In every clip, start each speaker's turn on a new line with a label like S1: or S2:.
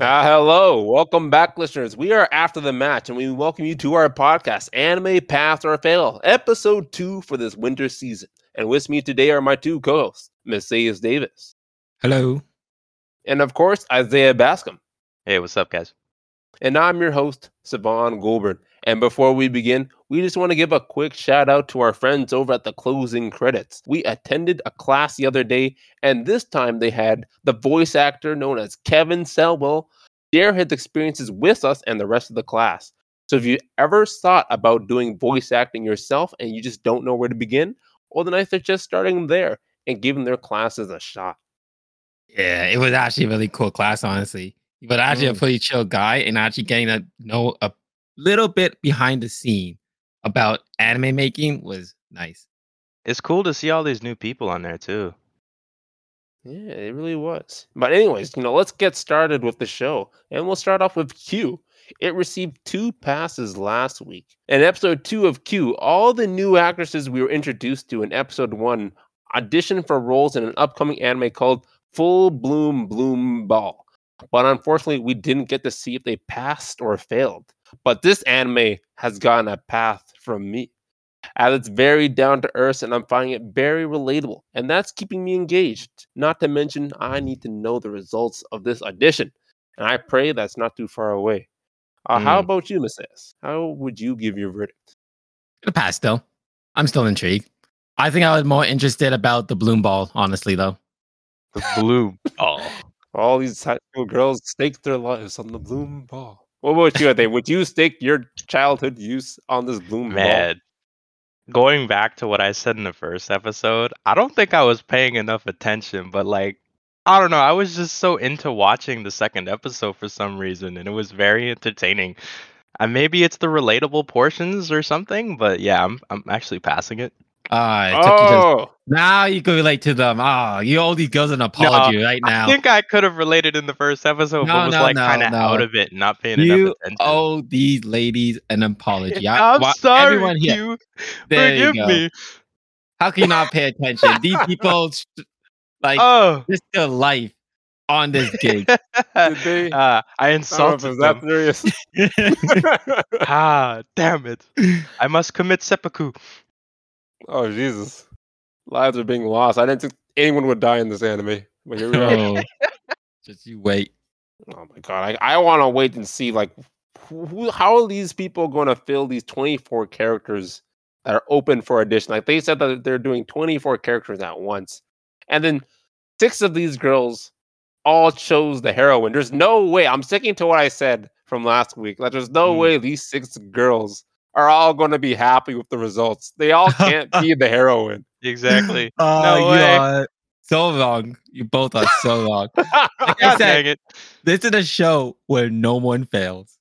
S1: Uh, hello, welcome back, listeners. We are after the match, and we welcome you to our podcast, Anime Path or Fail, episode two for this winter season. And with me today are my two co-hosts, Messias Davis,
S2: Hello.
S1: and of course Isaiah Bascom.
S3: Hey, what's up, guys?
S1: And I'm your host, Saban Goldberg. And before we begin, we just want to give a quick shout out to our friends over at the closing credits. We attended a class the other day, and this time they had the voice actor known as Kevin Selwell share his experiences with us and the rest of the class. So if you ever thought about doing voice acting yourself and you just don't know where to begin, well, then I suggest starting there and giving their classes a shot.
S2: Yeah, it was actually a really cool class, honestly. But actually, a
S1: Mm.
S2: pretty chill guy, and actually getting to know a little bit behind the scene about anime making was nice.
S3: It's cool to see all these new people on there too.
S1: Yeah, it really was. But anyways, you know, let's get started with the show. And we'll start off with Q. It received two passes last week. In episode two of Q, all the new actresses we were introduced to in episode one auditioned for roles in an upcoming anime called Full Bloom Bloom Ball. But unfortunately, we didn't get to see if they passed or failed. But this anime has gotten a path from me. As it's very down to earth and I'm finding it very relatable. And that's keeping me engaged. Not to mention, I need to know the results of this audition. And I pray that's not too far away. Uh, How
S3: Mm.
S1: about you, Miss S? How would you give your verdict?
S2: Gonna pass though. I'm still intrigued. I think I was more interested about the bloom ball, honestly, though.
S3: The blue. oh,
S1: All these high school girls stake their lives on the bloom ball. What about you, Ade? Would you stake your childhood use on this bloom ball?
S3: man. Going back to what I said in the first episode, I don't think I was paying enough attention, but like, I don't know. I was just so into watching the second episode for some reason, and it was very entertaining. Uh, maybe it's the relatable portions or something, but yeah, I'm I'm actually passing it.
S2: Uh, it took you to-
S1: Oh,
S2: now you can relate to them. Ah, you owe these girls an apology right now.
S3: I think I could have related in the first episode,
S2: No,
S3: but was
S2: no,
S3: like
S2: no,
S3: kind of
S2: no.
S3: out of it, and not paying
S2: You
S3: enough attention.
S2: owe these ladies an apology. I-
S3: I'm
S2: wa-
S3: sorry,
S2: Everyone here,
S3: you.
S2: there you
S3: Forgive
S2: go.
S3: me.
S2: How can you not pay attention? These people, st- like,
S3: Oh,
S2: risk their life on this gig.
S1: did they? Oh, I
S3: uh,
S1: don't know
S3: I
S1: if
S3: insulted
S1: it's that
S3: them.
S1: serious.
S3: ah, damn it! I must commit seppuku.
S1: Oh Jesus! Lives are being lost. I didn't think anyone would die in this anime, but here we are.
S2: so, just you wait.
S1: oh my god! I, I want to wait and see like who, who- how are these people going to fill these twenty four characters that are open for audition? Like they said that they're doing twenty four characters at once, and then six of these girls all chose the heroine. There's no way. I'm sticking to what I said from last week. Like there's no
S3: Hmm.
S1: way these six girls are all going to be happy with the results. They all can't be the heroine.
S3: Exactly.
S2: Oh,
S3: No
S2: you
S3: way.
S2: are so wrong. You both are so wrong. Like I said,
S3: God dang it.
S2: this is a show where no one fails.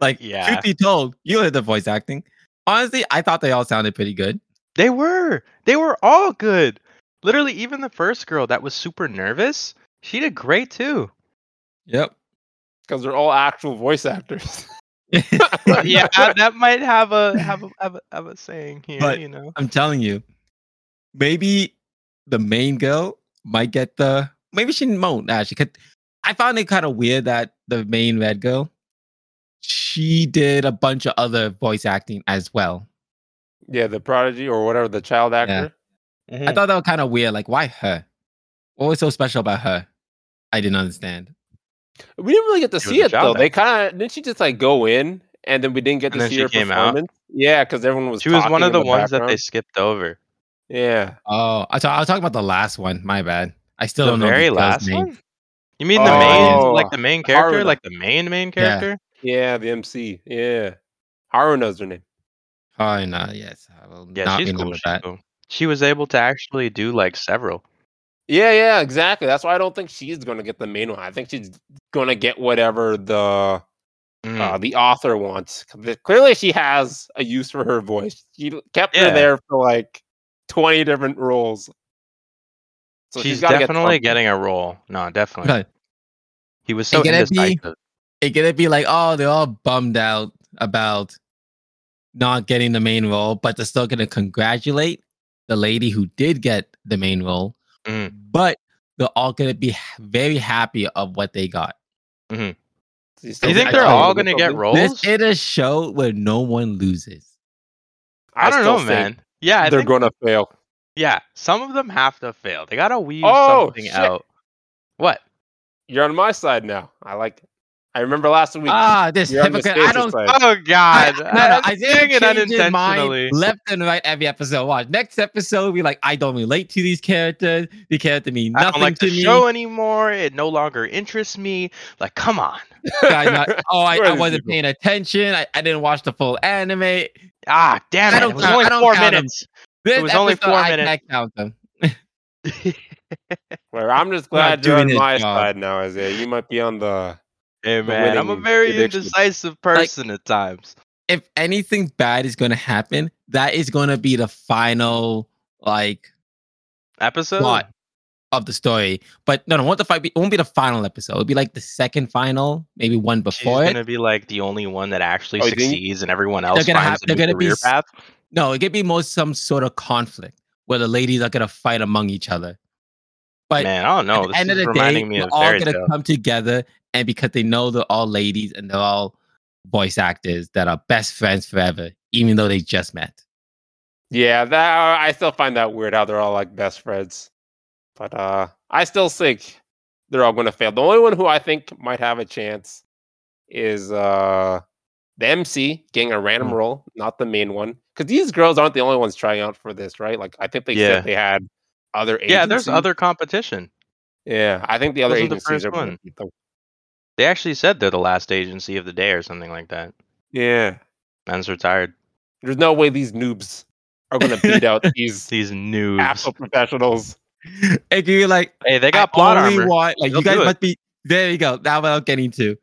S2: Like,
S3: yeah.
S2: truth be told, you heard the voice acting. Honestly, I thought they all sounded pretty good.
S3: They were. They were all good. Literally, even the first girl that was super nervous, she did great too.
S2: Yep.
S1: because they're all actual voice actors.
S3: But yeah, that might have a have a have a, have a saying here.
S2: But-
S3: you know.
S2: I'm telling you, maybe the main girl might get the. Maybe she won't actually. 'cause I found it kind of weird that the main red girl, she did a bunch of other voice acting as well.
S1: yeah, the prodigy or whatever the child actor. Mm-hmm.
S2: I thought that was kind of weird. Like, why her? What was so special about her? I didn't understand.
S1: We didn't really get to
S3: She was
S1: see
S3: a
S1: it though.
S3: child
S1: They kind of didn't she just like go in and then we didn't get
S3: And
S1: to
S3: then
S1: see
S3: she
S1: her
S3: came out.
S1: performance. Yeah, because everyone was.
S3: She was one
S1: talking
S3: of
S1: in
S3: the, ones that they
S1: background.
S3: skipped over.
S1: Yeah.
S2: Oh, I, so I was talking about the last one. My bad. I still
S3: the
S2: don't know
S3: very
S2: these girls'
S3: last
S2: name.
S3: one. You mean the main,
S1: Oh,
S3: like the main character,
S1: Haruno.
S3: like the main main
S2: Yeah.
S3: character?
S1: Yeah, the MC. Yeah, Haruna's her name.
S2: Oh no, yes, I will
S3: Yeah,
S2: not
S3: she's
S2: remember
S3: cool. She's
S2: that.
S3: cool. She was able to actually do like several.
S1: Yeah, yeah, exactly. That's why I don't think she's gonna get the main one. I think she's gonna get whatever the
S2: Mm,
S3: Hmm.
S1: uh, the author wants. 'Cause the- Clearly, she has a use for her voice. She l- kept her
S3: Yeah.
S1: there for like twenty different roles. So
S3: she's
S1: gotta get
S3: definitely
S1: something.
S3: getting a role. No, definitely.
S2: Okay.
S3: He was so
S2: gonna be-
S3: indecisive.
S2: it gonna be like, oh, they're all bummed out about not getting the main role, but they're still gonna congratulate the lady who did get the main role.
S3: Mm.
S2: But they're all gonna be h- very happy of what they got.
S3: Mhm.
S1: Do
S3: Do you think
S2: I
S3: they're
S2: don't
S3: all
S2: know.
S3: gonna get roles?
S2: This is a show where no one loses.
S3: I don't know, man. Yeah, I
S1: they're
S3: think,
S1: gonna fail.
S3: yeah. Some of them have to fail. They gotta weave
S1: Oh,
S3: something
S1: shit.
S3: out. What?
S1: You're on my side now. I like it. I remember last week.
S2: Ah, this
S1: you're on the
S2: hypocrite. I
S1: Stasis'
S2: don't.
S1: side.
S3: Oh
S2: I,
S3: God!
S2: no, no, I
S3: I'm saying
S2: didn't
S3: it
S2: change his
S3: unintentionally.
S2: mind left and right every episode. Watch next episode. We like I don't relate to these characters. The character mean
S3: I
S2: nothing
S3: don't like
S2: to
S3: the
S2: me.
S3: show anymore. It no longer interests me. Like, come on.
S2: Guy not- oh, I,
S1: Where are
S2: I
S1: these
S2: wasn't
S1: people?
S2: paying attention. I, I didn't watch the full anime.
S3: Ah, damn
S2: I
S3: it!
S2: don't
S3: It was
S2: count-
S3: only
S2: I don't
S3: four
S2: count 'em.
S3: minutes.
S2: This
S3: was only
S2: episode,
S3: four
S2: I
S3: minutes.
S2: can't count them.
S1: Where I'm just glad you're
S2: doing
S1: on
S2: his
S1: my
S2: job.
S1: side now, Isaiah. You might be on the.
S3: Hey man, I'm a
S1: winning
S3: very
S1: prediction.
S3: indecisive person at times.
S2: If anything bad is gonna happen, that is gonna be the final like
S3: Episode.
S2: plot of the story. But no, no, won't the fight be? It won't be the final episode. It'll be like the second final, maybe one
S3: She's
S2: before it.
S3: gonna be like the only one that actually
S1: Oh, you think-
S3: succeeds, and everyone else
S2: gonna
S3: finds
S2: have-
S3: a
S2: they're
S3: new
S2: gonna be
S3: career
S2: s-
S3: path.
S2: No, it could be most some sort of conflict where the ladies are gonna fight among each other. But
S3: Man, I don't know.
S2: at the
S3: Oh, This
S2: end of
S3: is
S2: the day,
S3: reminding me
S2: we're
S3: of
S2: all
S3: Fairy
S2: gonna
S3: Tail.
S2: come together, and because they know they're all ladies and they're all voice actors that are best friends forever, even though they just met.
S1: Yeah, that uh, I still find that weird how they're all like best friends, but uh, I still think they're all gonna fail. The only one who I think might have a chance is uh the MC getting a random
S2: Hmm.
S1: role, not the main one, because these girls aren't the only ones trying out for this, right? Like I think they
S3: Yeah.
S1: said they had other agencies.
S3: Yeah, there's other competition.
S1: Yeah, I think the other
S3: Those are the
S1: agencies
S3: first
S1: are gonna
S3: one.
S1: beat them.
S3: They actually said they're the last agency of the day or something like that.
S1: Yeah,
S3: Men's retired.
S1: there's no way these noobs are gonna beat out these
S3: These news.
S1: actual professionals.
S2: It could be like
S3: Hey, they
S2: I
S3: got plot
S2: only
S3: armor.
S2: want- like
S3: They'll
S2: you guys
S3: do it.
S2: must be there. You go. Now what I'm getting to.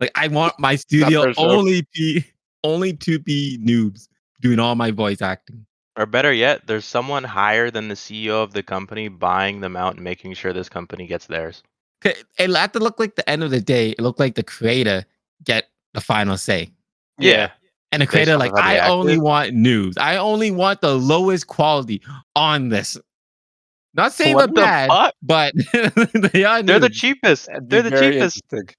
S2: Like I want my
S1: their
S2: studio
S1: show.
S2: only be only to be noobs doing all my voice acting.
S3: Or better yet, there's someone higher than the CEO of the company buying them out and making sure this company gets theirs.
S2: 'Kay, It had to look like the end of the day. It looked like the creator get the final say,
S3: Yeah.
S2: and the
S3: Based
S2: creator
S3: off
S2: like
S3: of how they
S2: I only
S3: acted?
S2: want noobs. I only want the lowest quality on this. Not saying they're
S1: What the
S2: bad,
S3: fuck?
S2: but they are
S3: They're the
S2: noobs.
S3: cheapest.
S1: That'd be
S3: They're the
S1: very
S3: cheapest.
S1: interesting.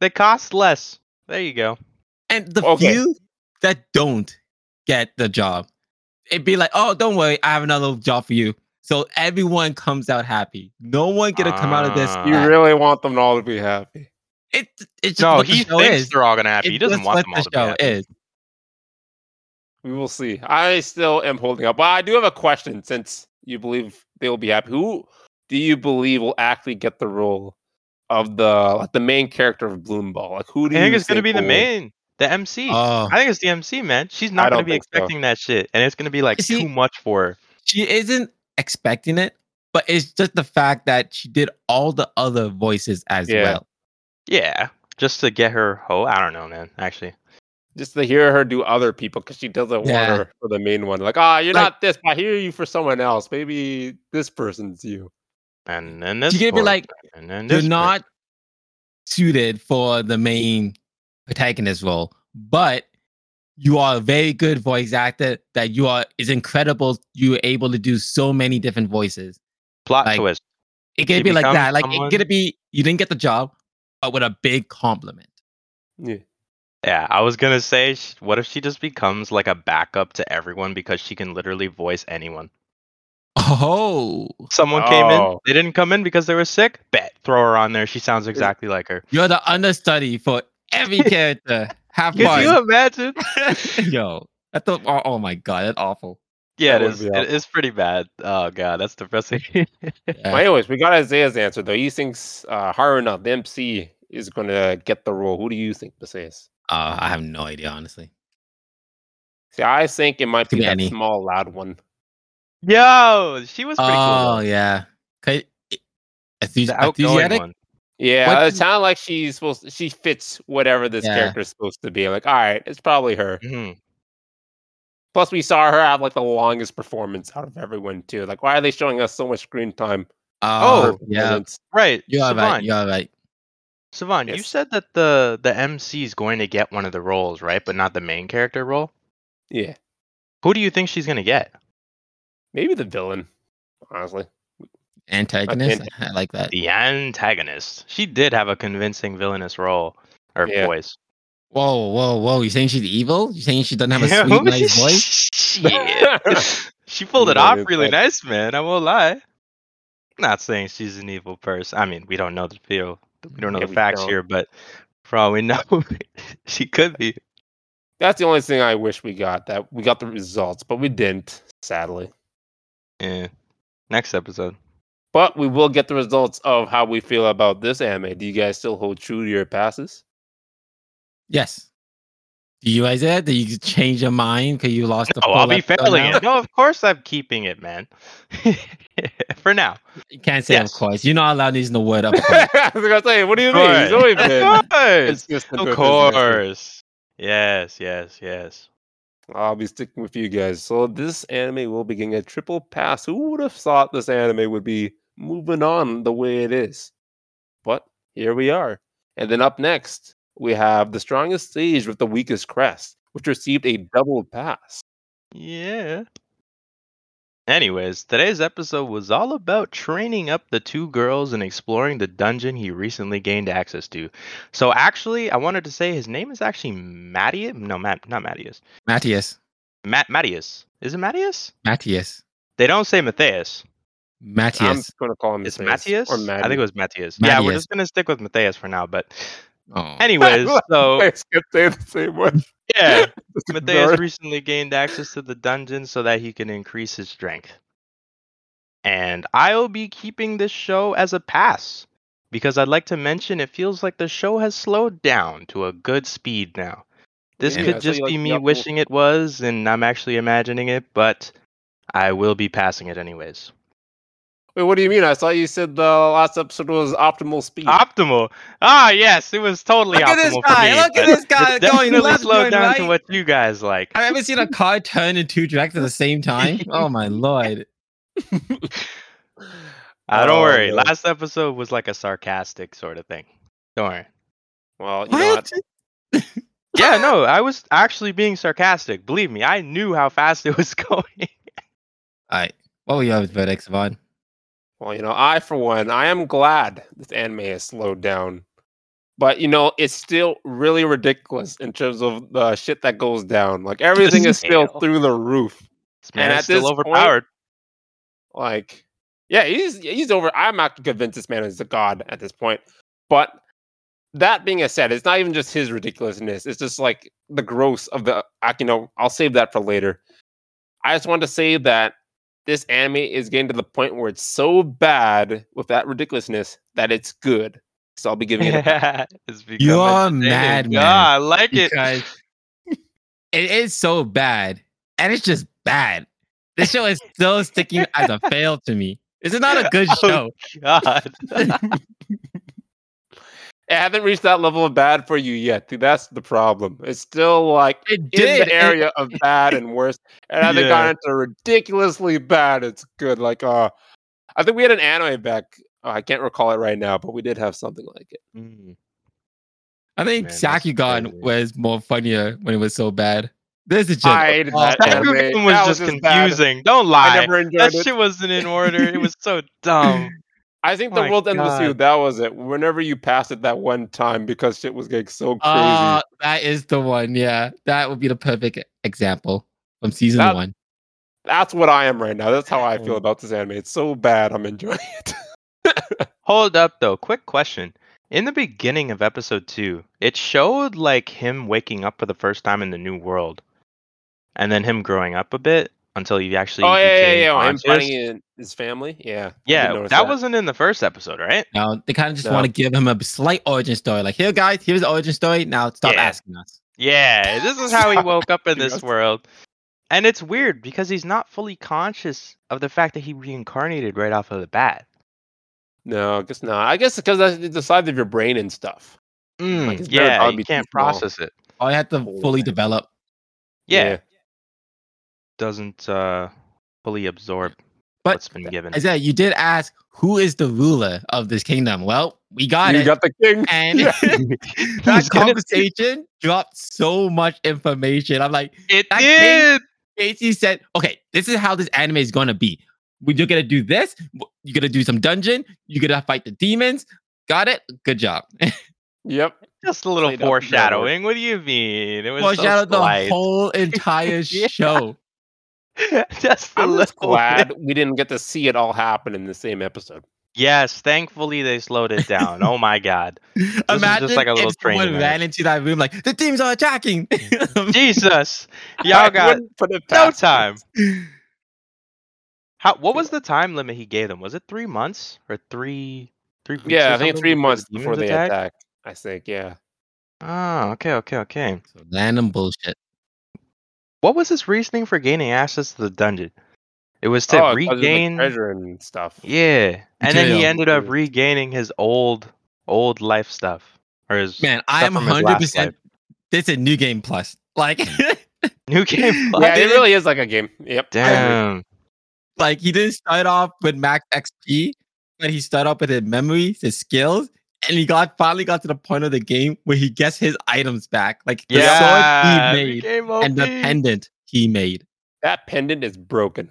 S3: They cost less. There you go.
S2: And the
S1: Okay.
S2: few that don't get the job, it'd be like, oh, don't worry, I have another job for you. So everyone comes out happy. No one gonna come out of this.
S3: Ah.
S1: You
S2: sad.
S1: really want them all to be happy.
S2: it, it's just
S3: No,
S2: what the
S3: he
S2: show
S3: thinks
S2: is.
S3: they're all gonna happy. He
S2: It's
S3: doesn't
S2: just
S3: want
S2: what
S3: them all
S2: the
S3: to be
S2: show
S3: happy.
S2: is.
S1: We will see. I still am holding up. But I do have a question since you believe they'll be happy. Who do you believe will actually get the role of the like the main character of Bloom Ball? Like who
S3: I
S1: do you
S3: think it's gonna be the
S1: will-
S3: main, the MC.
S2: Oh,
S3: I think it's the MC, man. She's
S1: Uh, I
S3: not gonna
S1: don't
S3: be
S1: think so.
S3: expecting that shit, and it's gonna be like
S2: You see-
S3: too much for her.
S2: she isn't expecting it, but it's just the fact that she did all the other voices as
S1: Yeah.
S2: well.
S3: Yeah, just to get her hoe. I don't know, man. Actually,
S1: Just to hear her do other people because she doesn't
S2: Yeah.
S1: want her for the main one. Like, ah, you're
S2: Like-
S1: not this. I hear you for someone else. Maybe this person's you.
S3: and then this.
S2: She gave me,
S3: person,
S2: like,
S3: and then
S2: You're
S3: this person.
S2: not suited for the main protagonist role, but you are a very good voice actor. That you are is incredible. You were able to do so many different voices.
S3: plot
S2: like-
S3: twist.
S2: It could
S3: She
S2: be like
S3: becomes
S2: that. Like it
S3: someone-
S2: could be you didn't get the job, but with a big compliment.
S3: Yeah, I was gonna say, sh- what if she just becomes like a backup to everyone because she can literally voice anyone?
S2: Oh,
S3: Someone came in,
S1: Oh.
S3: they didn't come in because they were sick. Bet, throw her on there. She sounds exactly like her.
S2: you're the understudy for every character. Have
S3: Could you
S2: fun,
S3: imagine?
S2: yo. That's the, oh, oh my god, that's awful.
S3: Yeah,
S1: That
S3: it
S1: would
S3: is.
S1: be
S3: It
S1: awful.
S3: is pretty bad. Oh god, that's depressing.
S2: Yeah.
S1: But anyways, we got Isaiah's answer though. He thinks uh, Haruna, the MC, is going to get the role. Who do you think this is?
S2: Uh, I have no idea, honestly.
S1: See, I think it might
S2: Could
S1: be
S2: be
S1: that
S2: any.
S1: small, loud one.
S3: Yo, she was pretty
S2: Oh
S3: cool.
S2: yeah, 'Kay, it- enthusi-
S3: The outgoing
S2: enthusiastic.
S3: one.
S1: Yeah,
S2: What
S1: it
S2: do-
S1: sounded like she's supposed. she fits whatever this
S2: Yeah.
S1: character's supposed to be. Like, all right, it's probably her.
S3: Mhm.
S1: Plus, we saw her have like the longest performance out of everyone too. Like, why are they showing us so much screen time?
S2: Uh,
S1: for her
S3: Oh,
S2: yeah,
S1: performance?
S3: Right.
S2: you are right.
S3: Siobhan,
S2: You are right.
S3: Siobhan, you
S1: Yes.
S3: said that the the MC is going to get one of the roles, right? But not the main character role.
S1: yeah.
S3: Who do you think she's gonna get?
S1: Maybe the villain. Honestly,
S2: Antagonist. I like that.
S3: The antagonist. She did have a convincing villainous role or
S1: Yeah.
S3: voice.
S2: Whoa, whoa, whoa! You saying she's evil? You saying she doesn't have a
S3: Oh,
S2: sweet, nice voice?
S3: Shit. she pulled it
S1: Yeah,
S3: off
S1: it's
S3: really
S1: like-
S3: nice, man. I won't lie. I'm not saying she's an evil person. I mean, we don't know the feel. We don't know
S1: Yeah,
S3: the
S1: we
S3: facts
S1: don't.
S3: here, but for all we know, she could be.
S1: That's the only thing I wish we got. That we got the results, but we didn't, sadly.
S3: Yeah. Next episode.
S1: But we will get the results of how we feel about this anime. Do you guys still hold true to your passes?
S2: Yes. Do you guys that? Did you change your mind because you lost the?
S3: Oh, I'll
S2: full
S3: be
S2: episode
S3: failing
S2: now?
S3: it. No, of course I'm keeping it, man. for now.
S2: You can't say
S3: Yes.
S2: of course. You're not allowed using the word of course.
S1: I was gonna say, what do you mean? He's
S3: Right.
S1: always been
S3: Of course.
S1: consistent
S3: Of
S1: with his message.
S3: course. Yes, yes, yes.
S1: I'll be sticking with you guys. So this anime will be getting a triple pass. Who would have thought this anime would be moving on the way it is? But here we are. And then up next, we have the strongest stage with the weakest crest, which received a double pass.
S3: Yeah. Anyways, today's episode was all about training up the two girls and exploring the dungeon he recently gained access to. So actually, I wanted to say his name is actually Mattias. No, Matt, not Mattias.
S2: Matthias.
S3: Matt Mattias. Is it Mattias?
S2: Matthias.
S3: They don't say Matthias.
S1: I'm
S2: Matthias.
S1: just going to call him
S3: It's
S1: Matthias
S3: Matthias.
S1: or
S3: I think it
S1: Matty.
S3: was Matthias. Yeah, we're
S2: Mattias.
S3: just gonna stick with Matthias for now. But
S2: Oh.
S3: anyways, so
S1: I kept saying the same one.
S3: yeah,
S1: Just ignore
S3: Matthias
S1: it.
S3: recently gained access to the dungeon so that he can increase his strength. And I'll be keeping this show as a pass because I'd like to mention it feels like the show has slowed down to a good speed now. This
S2: Yeah.
S1: Yeah,
S3: could
S1: so you
S3: just
S1: like
S3: be
S1: the
S3: me
S1: upper-
S3: wishing it was, and I'm actually imagining it, but I will be passing it anyways.
S1: Wait, what do you mean? I saw you said the last episode was optimal speed.
S3: Optimal. Ah, yes, it was totally
S2: Look at
S3: optimal
S2: this
S3: for
S2: guy,
S3: me,
S2: look at
S3: but
S2: this guy
S3: it
S2: going
S3: definitely
S2: left,
S3: slowed
S2: going
S3: down to
S2: right.
S3: what you guys like.
S2: I haven't seen a car turn in two directions at the same time. Oh my lord!
S3: Uh, don't
S1: Oh,
S3: worry.
S1: no.
S3: Last episode was like a sarcastic sort of thing. Don't worry.
S1: Well, you know what?
S3: Yeah, no, I was actually being sarcastic. Believe me, I knew how fast it was going.
S2: All right. What were your verdicts, Vaughn?
S1: Well, you know, I for one, I am glad this anime has slowed down. But you know, it's still really ridiculous in terms of the shit that goes down. Like everything is still
S3: Hell.
S1: through the roof.
S3: This man
S1: And
S3: is
S1: at this
S3: still
S1: point-
S3: overpowered.
S1: Like, yeah, he's he's over. I'm not convinced this man is a god at this point. But that being said, it's not even just his ridiculousness. It's just like the gross of the. I you know. I'll save that for later. I just wanted to say that this anime is getting to the point where it's so bad with that ridiculousness that it's good. So I'll be giving it. A
S3: It's become
S2: are
S3: entertaining.
S2: mad, man.
S3: Yeah, I like it.
S2: Because it is so bad, and it's just bad. This show is still sticking as a fail to me. This is not a good show.
S3: Oh, God.
S1: it hasn't reached that level of bad for you yet. dude. That's the problem. It's still like
S2: It
S1: in
S2: did.
S1: the area of bad and worse. And I think
S3: Yeah.
S1: gone into ridiculously bad. It's good. Like uh I think we had an anime back. uh, I can't recall it right now, but we did have something like it.
S3: Mm.
S2: I think
S3: Man, that's
S2: Sakugan
S3: crazy.
S2: was more funnier when it was so bad. This is just
S1: I hated
S2: awful.
S1: that anime.
S3: Sakugan was
S1: That
S3: just
S1: just bad.
S3: confusing. Don't
S1: I
S3: lie.
S1: never enjoyed
S3: That
S1: it.
S3: shit wasn't in order. It was so dumb.
S1: I think the
S3: my
S1: world ends with you.
S3: God.
S1: That was it. Whenever you passed it that one time, because shit was getting so crazy.
S2: Ah,
S3: Uh,
S2: that is the one. Yeah, that would be the perfect example from season
S1: That-
S2: one.
S1: That's what I am right now. That's how I feel
S3: Oh.
S1: about this anime. It's so bad. I'm enjoying it.
S3: Hold up though, quick question. In the beginning of episode 2, it showed like him waking up for the first time in the new world. And then him growing up a bit until he actually
S1: oh yeah, yeah,
S3: became
S1: yeah. Him
S3: conscious.
S1: fighting in his family. Yeah, I did
S3: Yeah,
S1: notice
S3: that, wasn't in the first episode, right?
S2: Now they kind of just
S1: No.
S2: want to give him a slight origin story. Like, here, guys, here's the origin story. Now stop
S3: Yeah.
S2: asking us.
S3: Yeah, this is how he woke up in this
S1: Yes.
S3: world. And it's weird because he's not fully conscious of the fact that he reincarnated right off of the bat.
S1: No, I guess not. I guess because that's the size of your brain and stuff.
S3: Mm,
S1: Like, his brain would
S3: yeah,
S1: probably
S3: you
S1: be too
S3: can't
S1: small.
S3: process it.
S2: Oh, I had to
S1: Holy
S2: fully
S1: man.
S2: develop.
S3: yeah. doesn't uh fully absorb
S2: But
S3: what's been given.
S2: Isaiah, you did ask who is the ruler of this kingdom. Well, we got
S1: you
S2: it.
S1: got the king.
S2: and
S1: Yeah.
S2: that
S3: He's gonna-
S2: conversation dropped so much information. I'm like,
S3: It
S2: I
S3: did.
S2: think- Casey said, okay, this is how this anime is going to be. Well, You're gonna do this. You're gonna do some dungeon. You're gonna fight the demons. Got it? Good job.
S1: Yep.
S3: Just a little
S1: Played up the network.
S3: foreshadowing. What do you mean? It was so
S2: Foreshadowed the
S3: slight.
S2: whole entire
S3: Yeah.
S2: show.
S3: Just a
S1: I'm
S3: little
S1: just glad we didn't get to see it all happen in the same episode.
S3: Yes, thankfully they slowed it down. oh my god. just
S2: Imagine
S3: like a little
S2: if someone
S3: training match.
S2: ran into that room like the teams are attacking.
S3: Jesus. Y'all got
S1: put it
S3: no
S1: past
S3: time.
S1: us.
S3: How what was the time limit he gave them? Was it three months or three three weeks?
S1: Yeah,
S3: or
S1: I think
S3: something
S1: three months
S3: the
S1: before they
S3: demons
S1: attack? I think, yeah.
S3: Oh, okay, okay, okay.
S2: Random bullshit.
S3: What was his reasoning for gaining access to the dungeon? It was to
S1: Oh, 'cause of the
S3: regain
S1: treasure and stuff.
S3: Yeah. And then he
S2: Jail.
S3: ended up
S1: Yeah.
S3: regaining his old old life stuff. Or his
S2: Man, I
S3: stuff
S2: am
S3: from his last
S2: 100%.
S3: life. Mm.
S2: This is New Game Plus. Like,
S3: new game. plus.
S1: Yeah, it really is like a game. Yep. I agree.
S3: Damn.
S2: like he didn't start off with max XP, but he started off with his memory, his skills, and he got finally got to the point of the game where he gets his items back, like the
S3: Yeah.
S2: sword he made and the pendant he made.
S1: That pendant is broken.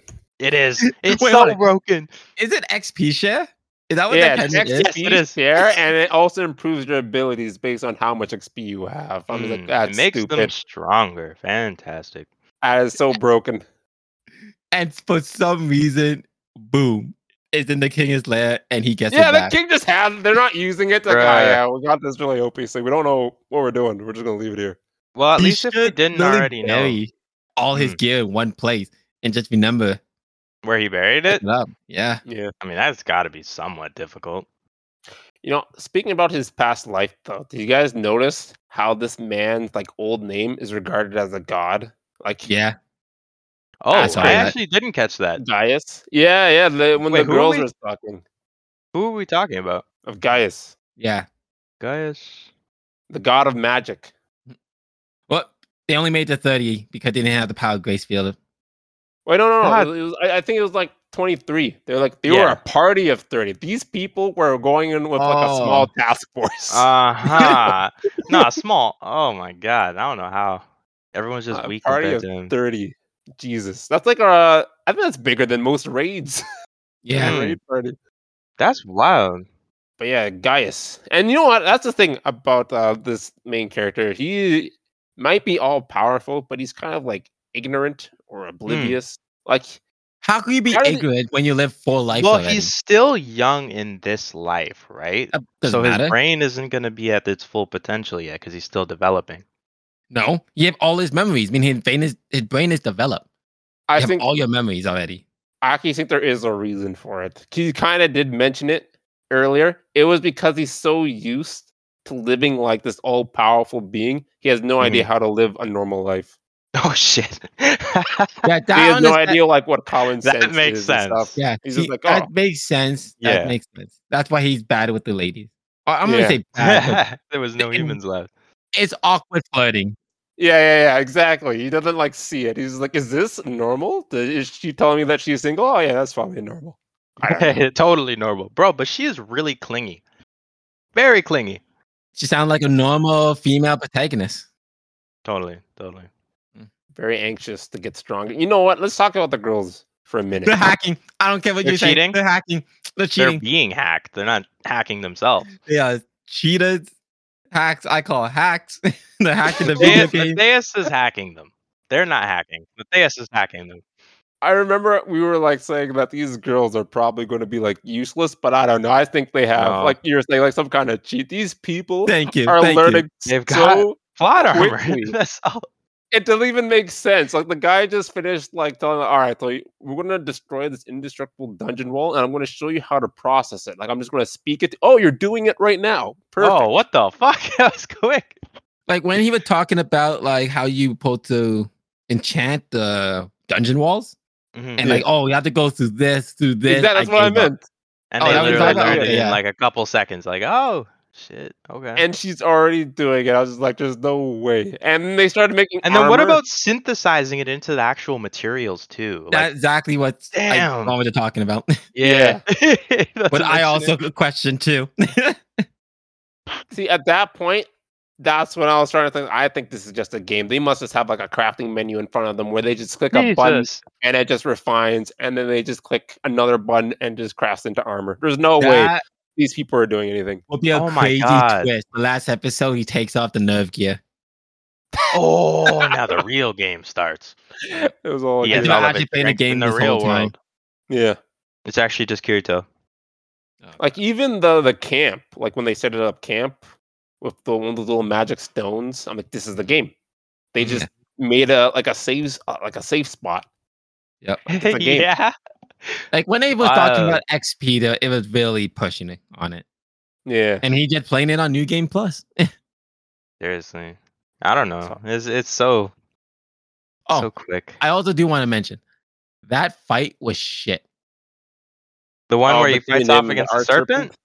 S3: It is. It's
S2: Wait, hold
S3: so
S2: on.
S3: broken.
S2: Is it XP share? Is Oh, that what
S1: yeah,
S2: the
S1: it's
S2: pendant is?
S1: XP
S3: Yes, it is.
S1: share, and it also improves your abilities based on how much XP you have. I'm just
S3: Mm,
S1: like, that's
S3: it makes
S1: stupid.
S3: them stronger. Fantastic.
S1: That is so broken.
S2: And for some reason, boom, it's in the king's lair, and he gets
S1: yeah,
S2: it
S1: the
S2: back.
S1: king just has. it. They're not using it. They're like, oh
S3: Bruh.
S1: yeah, we got this really OP, so we don't know what we're doing. We're just gonna leave it here.
S3: Well, at
S2: He
S3: least if we
S2: should
S3: didn't
S2: really
S3: already know
S2: bury all his
S3: Mm.
S2: gear in one place and just remember
S3: where he buried it,
S2: it up. Yeah.
S1: Yeah.
S3: I mean, that's got to be somewhat difficult.
S1: You know, speaking about his past life, though, did you guys notice how this man's like old name is regarded as a god? Like
S2: Yeah.
S3: Oh,
S1: I
S3: I,
S1: saw
S2: that.
S3: actually didn't catch that.
S1: Gaius. Yeah, yeah. The, when
S3: Wait,
S1: the
S3: who are
S1: girls
S3: we-
S1: were talking
S3: Who are we talking about?
S1: of Gaius,
S2: Yeah.
S3: Gaius.
S1: the god of magic.
S2: Well, they only made the 30 because they didn't have the power of Grace Field.
S1: Wait, no, no,
S3: God.
S1: no. It was, I, I think it was like 23. They're like, they were
S3: Yeah.
S1: a party of 30. These people were going in with like a small
S3: Oh.
S1: task force.
S3: Uh huh. nah, small. Oh my god, I don't know how. Everyone's just
S1: A
S3: weak
S1: Uh, party
S3: compared
S1: of
S3: to him.
S1: 30. Jesus. That's like, uh, I think that's bigger than most raids.
S2: Yeah.
S3: Mm.
S1: Raid party.
S3: That's wild.
S1: But yeah, Gaius. And you know what? That's the thing about uh, this main character. He might be all powerful, but he's kind of like ignorant or
S3: Hmm.
S1: oblivious. Like,
S2: How could you be
S1: How did it-
S2: ignorant when you live four lives
S3: well,
S2: already?
S3: he's still young in this life, right?
S2: That doesn't
S3: so
S2: matter.
S3: his brain isn't going to be at its full potential yet because he's still developing.
S2: no, you have all his memories. I mean, his brain is, his brain is developed. You
S1: I
S2: have
S1: think
S2: all your memories already.
S1: I actually think there is a reason for it. He kind of did mention it earlier. It was because he's so used to living like this all powerful being. He has no
S3: Hmm.
S1: idea how to live a normal life.
S3: Oh shit!
S2: Yeah,
S1: he
S2: that,
S1: has no
S2: understa-
S1: idea like what common
S3: That
S1: sense
S3: makes
S1: is and stuff.
S3: sense.
S2: Yeah,
S1: He's just
S2: he-
S1: like, "Oh."
S2: that makes sense. That
S3: Yeah.
S2: makes sense. That's why he's bad with the ladies. Or I'm
S1: Yeah.
S2: gonna say bad. but
S3: there was no
S2: Damn.
S3: humans left.
S2: it's awkward flirting.
S1: Yeah, yeah, yeah, exactly. He doesn't like see it. He's like, is this normal? Th- Is she telling me that she's single? Oh yeah, that's probably normal. I don't know.
S3: totally normal, bro. But she is really clingy, very clingy.
S2: She sounds like a normal female protagonist.
S3: Totally, totally.
S1: Very anxious to get stronger. You know what? Let's talk about the girls for a minute.
S2: They're hacking. I don't care what
S3: They're
S2: you're saying.
S3: cheating?
S2: They're hacking. They're
S3: They're
S2: cheating.
S3: being hacked. They're not hacking themselves.
S2: They are cheaters. Hacks. I call it hacks. they're hacking the video
S3: Matthias,
S2: game.
S3: Matthias is hacking them. They're not hacking. Matthias is hacking them.
S1: I remember we were like saying that these girls are probably going to be like useless, but I don't know. I think they have
S3: No.
S1: like you're saying like some kind of cheat. These people
S2: Thank you.
S1: are
S2: Thank you.
S1: learning
S3: They've got-
S1: so
S3: Plot armor.
S1: Quickly.
S3: That's all.
S1: it doesn't even make sense. Like the guy just finished like telling, all right, so we're going to destroy this indestructible dungeon wall, and I'm going to show you how to process it. Like I'm just going to speak it. oh, you're doing it right now. Perfect.
S3: Oh, what the fuck? That was quick.
S2: Like when he was talking about like how you supposed to enchant the dungeon walls
S3: Mhm.
S2: and
S1: Yeah.
S2: like oh you have to go through this through this.
S1: Exactly, that's what I
S2: gave up.
S1: meant.
S3: And
S2: Oh,
S3: they
S1: that was
S3: literally
S1: all that-
S3: learned it
S2: yeah.
S3: in like a couple seconds. Like, oh shit. Okay. And,
S1: And she's already doing it. I was just like, there's no way. And they started making.
S3: then what
S1: armor.
S3: about synthesizing it into the actual materials too? Like,
S2: That's exactly what I
S3: Damn.
S2: what we're talking about.
S3: yeah. That's
S2: but
S3: what
S2: I
S3: should-
S2: also question too.
S1: See, at that point, that's when I was starting to think. I think this is just a game. They must just have like a crafting menu in front of them where they just click a button
S3: Jesus.
S1: and it just refines, and then they just click another button and just crafts into armor. There's no way
S2: That
S1: these people are doing anything.
S2: will be a
S3: Oh my
S2: crazy
S3: God.
S2: twist. The last episode, he takes off the nerve gear.
S3: Oh, now the real game starts.
S1: It was all
S3: He has
S2: Oh, dude,
S1: yeah,
S2: I
S3: all of
S2: actually
S3: his
S2: played the
S3: strength
S2: game
S3: in the
S2: this
S3: real
S2: whole time.
S3: world.
S1: yeah.
S3: It's actually just Kirito.
S1: Like even the the camp, like when they set it up camp with the one of those little magic stones. I'm like, this is the game. They just made a like a saves uh, like a safe spot. a game.
S3: yeah.
S2: Like when they was talking
S1: uh,
S3: Wow.
S2: about XP, though, it was really pushing it on it,
S1: Yeah.
S2: and he just playing it on New Game Plus.
S3: Seriously. I don't know. It's it's so
S2: Oh.
S3: so quick.
S2: I also do want to mention that fight was shit.
S3: The one
S1: Oh,
S3: where he
S1: between
S3: fights off
S1: him and
S3: against the
S1: Art
S3: serpent?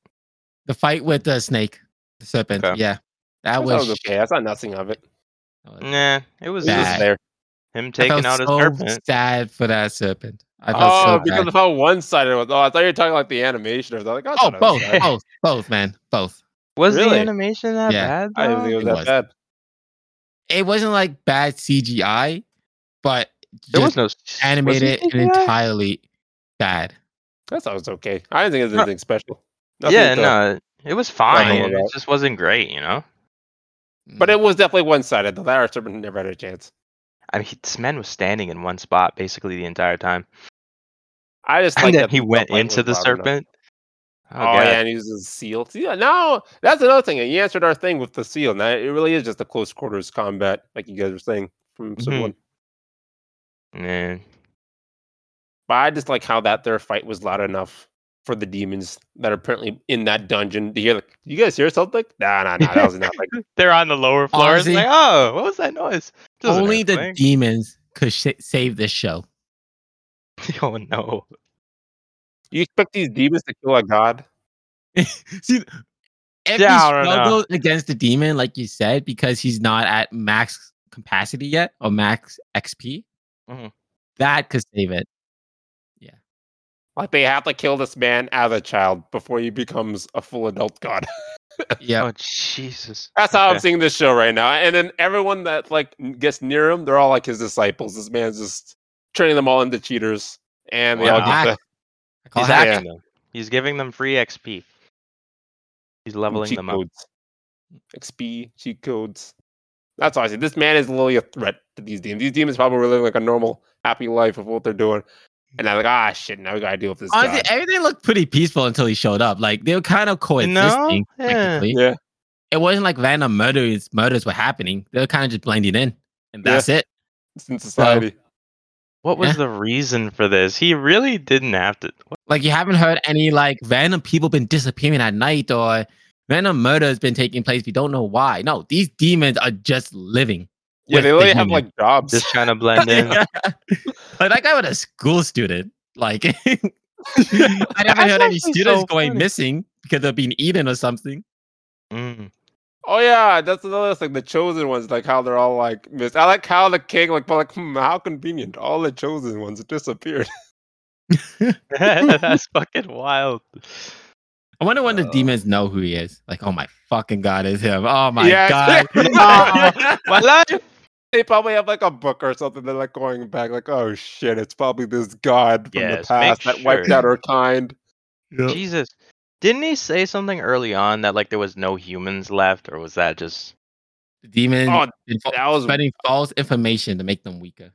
S2: The fight with the snake, the serpent.
S3: Okay.
S2: Yeah, that
S1: I thought
S2: was.
S1: it was okay. Mm, I saw nothing of it.
S2: shit.
S3: Nah,
S1: It
S3: it was
S1: was
S2: Bad.
S3: just
S1: there.
S3: him
S2: I felt
S3: taking out his
S2: so
S3: serpent.
S2: sad for that serpent. I felt
S1: Oh,
S2: so
S1: because
S2: bad.
S1: of how one sided it was. Oh, I thought you were talking like the animation or something. Like, I
S2: Oh,
S1: thought it was
S2: both,
S1: bad.
S2: both, both, man, both.
S3: Was
S1: Really?
S3: the animation that
S2: Yeah.
S3: bad?
S1: I didn't think
S3: though?
S1: it was
S2: It
S1: that
S2: was.
S1: bad.
S2: It wasn't like bad CGI, but
S3: There was
S2: just
S3: no s- was
S2: animated
S3: it
S2: and
S3: CGI?
S2: entirely bad.
S1: I thought it was okay. I didn't think it was
S3: Huh.
S1: anything special. Nothing
S3: Yeah,
S1: to-
S3: no, it was
S1: Nothing
S3: fine.
S1: to
S3: It just wasn't great, you know.
S1: But it was definitely one sided, though. That Art Serpent never had a chance.
S3: I mean, he- this man was standing in one spot basically the entire time,
S1: I just
S3: and
S1: like
S3: then
S1: that
S3: he
S1: the
S3: went
S1: fight
S3: into
S1: was
S3: the
S1: loud enough.
S3: serpent. Oh,
S1: Oh,
S3: God.
S1: yeah, and he uses his seal. See, Yeah, now that's another thing. And you answered our thing with the seal. Now it really is just a close quarters combat, like you guys were saying from episode
S3: Mhm.
S1: one.
S3: Man.
S1: But I just like how that their fight was loud enough for the demons that are apparently in that dungeon to hear. Like, you guys hear something? Nah, nah, nah. That was not like
S3: They're on the lower floor. It's
S2: Honestly-
S3: like, oh, what was that noise? Doesn't
S2: Mm. Only
S3: hurt
S2: the
S3: a thing.
S2: demons could sh- save this show.
S3: oh no.
S1: you expect these demons to kill a god.
S2: See, if
S3: Yeah, I
S2: he
S3: don't know.
S2: struggles against the demon, like you said, because he's not at max capacity yet or max XP,
S3: Mhm.
S2: that could save it.
S1: Like they have to kill this man as a child before he becomes a full adult god.
S2: Yeah,
S3: Oh Jesus.
S1: That's how I'm
S3: Okay.
S1: seeing this show right now. And then everyone that like n- gets near him, they're all like his disciples. This man's just turning them all into cheaters, and they all
S3: Wow.
S1: get the,
S2: I call
S3: He's
S2: hack.
S1: Yeah.
S3: hacking them. He's giving them free XP. He's leveling
S1: cheat
S3: them up.
S1: codes, XP cheat codes. That's all I see. This man is literally a threat to these demons. These demons probably were living like a normal, happy life of what they're doing. And I'm like, ah, shit. Now we gotta deal with this.
S2: Honestly,
S1: god."
S2: everything looked pretty peaceful until he showed up. Like they were kind of coexisting.
S3: yeah.
S2: technically.
S1: Yeah,
S2: It wasn't like random murders murders were happening. They were kind of just blending in, and
S1: Yeah.
S2: that's it.
S1: it's in society.
S3: What was
S2: Yeah.
S3: the reason for this? He really didn't have to. What?
S2: Like you haven't heard any like random people been disappearing at night or random murders been taking place. We don't know why. No, these demons are just living.
S1: yeah,
S2: with
S1: they
S2: the
S1: literally have
S2: human.
S1: like jobs.
S3: Just trying to blend in.
S2: like that guy was a school student. Like I never heard any
S3: actually so
S2: students going
S3: funny.
S2: missing because they're being eaten or something.
S3: Mm.
S1: Oh yeah, that's another thing. The chosen ones, like how they're all like missed. I like how the king, like, like hmm, how convenient. All the chosen ones disappeared.
S3: That's fucking wild.
S2: I wonder when the
S3: Oh.
S2: demons know who he is. Like, oh my fucking god, it's him. Oh my
S1: Yeah.
S2: god.
S3: No. My life.
S1: They probably have like a book or something. They're like going back, like, oh shit, it's probably this god from
S3: Yes,
S1: the past
S3: make
S1: that wiped
S3: sure.
S1: out our kind.
S3: Jesus. Didn't he say something early on that like there was no humans left, or was that just?
S2: The demon
S1: Oh,
S2: info-
S1: that was
S2: spreading false information to make them weaker.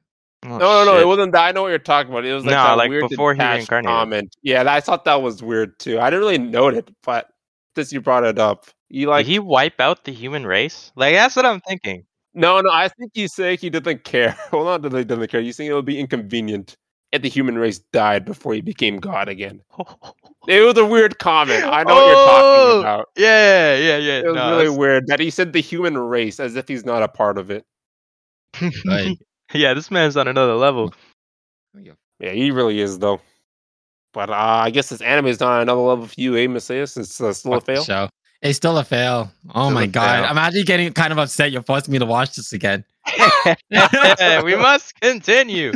S3: Oh,
S1: no, no, no.
S3: shit.
S1: It wasn't. that. I know what you're talking about. It was like
S3: No,
S1: that
S3: like,
S1: weird
S3: before he
S1: detached
S3: reincarnated.
S1: comment. Yeah, I thought that was weird too. I didn't really note it, but since you brought it up, you like
S3: Did he wipe out the human race? Like that's what I'm thinking.
S1: No, no, I think you say he doesn't care. Well, not that he doesn't care. You think it would be inconvenient if the human race died before he became God again. It was a weird comment. I know what
S3: Oh,
S1: you're talking about.
S3: yeah, yeah, yeah.
S1: It was
S3: no,
S1: really
S3: that's-
S1: weird that he said the human race as if he's not a part of it.
S2: Right.
S3: yeah, this man's on another level.
S1: Yeah, he really is though. But uh, I guess this anime is not on another level for you, eh, Messias? It's uh, still a
S2: Fuck the
S1: fail.
S2: show. It's still a fail. Oh
S1: Still
S2: my
S1: a
S2: god.
S1: fail.
S2: I'm actually getting kind of upset. You're forcing me to watch this again.
S3: we must continue.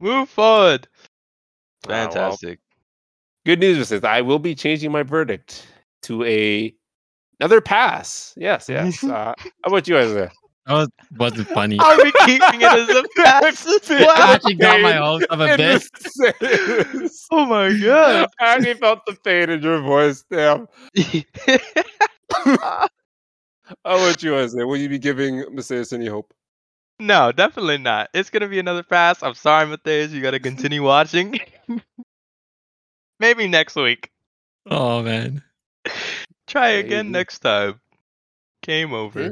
S3: Move forward. Oh,
S1: Ah, well.
S3: Fantastic.
S1: Good news, Messias. I will be changing my verdict to a Another pass. Yes, yes. Uh, how about you, Isaiah?
S2: That was, wasn't funny.
S3: Are we keeping it as a pass?
S2: I
S1: Wow.
S2: actually got my own of a
S1: It
S2: bit.
S1: was-
S3: Oh my
S1: I
S3: god.
S1: actually felt the pain in your voice, damn. How about you, Isaiah? Will you be giving Messias any hope?
S3: no, definitely not. It's gonna be another pass. I'm sorry, Matthias. You gotta continue watching. Maybe next week.
S2: Oh man.
S3: Try again
S1: Maybe.
S3: next time. Game over.
S1: Yeah.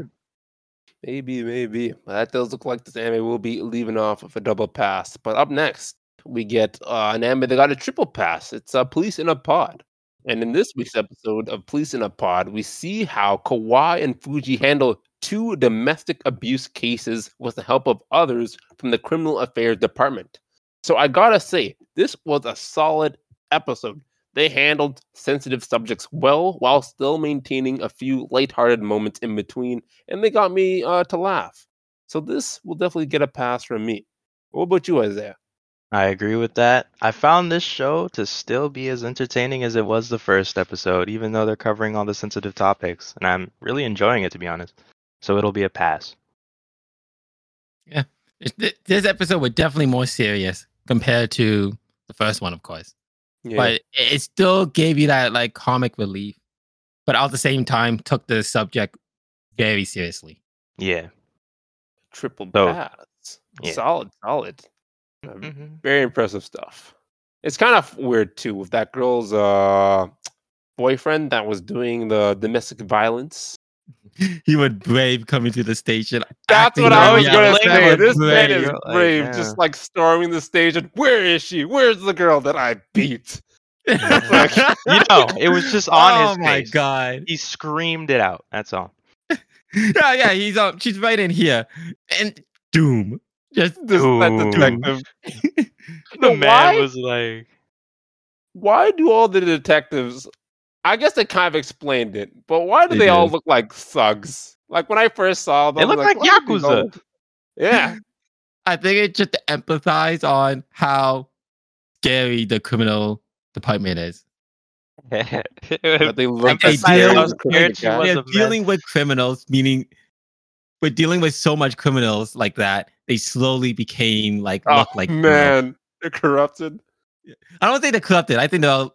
S1: Maybe, maybe. Well, That does look like this anime will be leaving off with a double pass. But up next, we get uh, an anime that got a triple pass. It's uh, Police in a Pod. And in this week's episode of Police in a Pod, we see how Kawhi and Fuji handle two domestic abuse cases with the help of others from the Criminal Affairs Department. So I gotta say, this was a solid episode. They handled sensitive subjects well while still maintaining a few lighthearted moments in between and they got me uh, to laugh. So this will definitely get a pass from me. What about you, Isaiah?
S3: I agree with that. I found this show to still be as entertaining as it was the first episode, even though they're covering all the sensitive topics, and I'm really enjoying it to be honest. So it'll be a pass.
S2: It- th- This episode was definitely more serious compared to the first one, of course.
S1: Yeah.
S2: But it- it still gave you that like comic relief, but at the same time took the subject very seriously.
S3: Yeah.
S1: Triple
S3: So-
S1: pass.
S3: Yeah. Mm-hmm.
S1: Solid, solid. Uh, Um, Very impressive stuff. It's kind of weird too with that girl's uh, boyfriend that was doing the domestic violence.
S2: He was brave coming to the station.
S1: That's
S2: acting
S1: what I
S2: like
S1: was
S2: he
S1: gonna
S2: was
S1: say.
S3: Blame
S1: This man
S2: brave.
S1: is
S3: You're like,
S1: brave,
S3: yeah.
S1: just like storming the stage. And where is she? Where's the girl that I beat? It's like-
S3: You know, it was just on his
S2: Oh my
S3: face.
S2: god.
S3: He screamed it out. That's all.
S2: Yeah, yeah, he's um, she's right in here, and doom. Just
S1: Just that
S3: Ooh.
S1: detective.
S3: The
S1: But
S3: man
S1: why?
S3: was like,
S1: why do all the detectives I guess they kind of explained it, but why do
S2: They
S1: they, all
S2: did.
S1: look like thugs? Like when I first saw them,
S3: look
S1: I'm
S3: like
S1: "Why do these all
S3: Yakuza."
S1: look-" Yeah.
S2: I think it's just to emphasize on how scary the criminal department is.
S1: But they look
S2: they
S1: like
S2: Emphasize
S1: scary
S2: how
S1: as
S3: scared
S1: crap,
S3: she
S1: guys.
S3: was
S2: They're
S3: a mess.
S2: dealing with criminals, meaning we're dealing with so much criminals like that. They slowly became like
S1: Oh,
S2: look like criminals.
S1: man, they're corrupted.
S2: I don't think they're corrupted. I think they're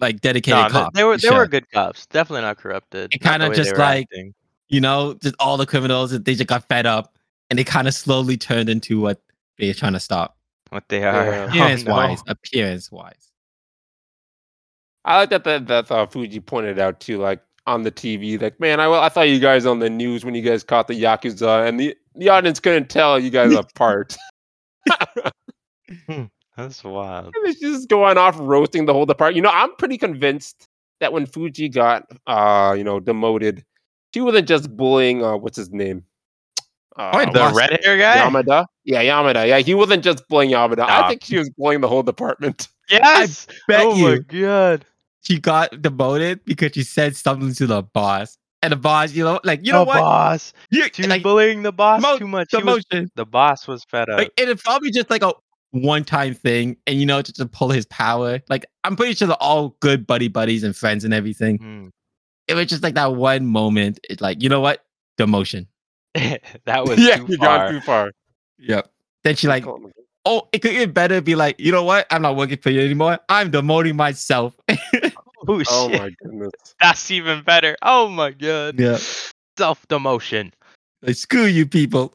S2: like dedicated
S3: no, no,
S2: cops.
S3: they were
S2: for
S3: they were
S2: sure.
S3: good cops. Definitely not corrupted.
S2: It
S3: Not the
S2: kinda
S3: way they
S2: just
S3: were
S2: like-
S3: acting.
S2: You know, just all the criminals. They just got fed up, and they kind of slowly turned into what they're trying to stop.
S3: what they
S1: Yeah.
S3: are. Oh,
S2: Appearance
S3: no.
S2: wise, appearance wise.
S1: I like that that, that uh, Fuji pointed out too, like on the TV, like, man, I, I thought you guys on the news when you guys caught the Yakuza and the, the audience couldn't tell you guys apart.
S3: Hmm, That's wild.
S1: And it's just going off roasting the whole department. You know, I'm pretty convinced that when Fuji got uh, you know, demoted, she wasn't just bullying uh what's his name? Uh,
S2: I
S3: The
S2: lost-
S3: red hair guy?
S1: Yamada? Yeah, Yamada. Yeah, he wasn't just bullying Yamada. I
S3: Nah.
S1: think she was bullying the whole department.
S3: Yes.
S2: Bet
S3: oh
S2: you.
S3: my god.
S2: she got demoted because she said something to the boss. And the boss, you know, like you know
S3: the
S2: what?
S3: boss.
S2: You
S3: She was
S2: like
S3: bullying the boss
S2: mo-
S3: too much. She was,
S2: demotion.
S3: the boss was fed up.
S2: Like and it's probably just like a one-time thing, and you know, just to pull his power. Like I'm pretty sure they're all good buddy buddies and friends and everything.
S3: Hmm.
S2: It was just like that one moment. It's like you know what? Demotion.
S3: that was
S1: yeah,
S3: too
S1: you
S3: far.
S1: gone too far.
S2: Yep. Then she like,
S1: Call him again.
S2: oh, it could get better. Be like, you know what? I'm not working for you anymore. I'm demoting myself.
S3: oh,
S1: oh
S3: shit.
S1: my goodness.
S3: That's even better. Oh my god.
S2: Yeah.
S3: Self demotion.
S2: like, screw you people.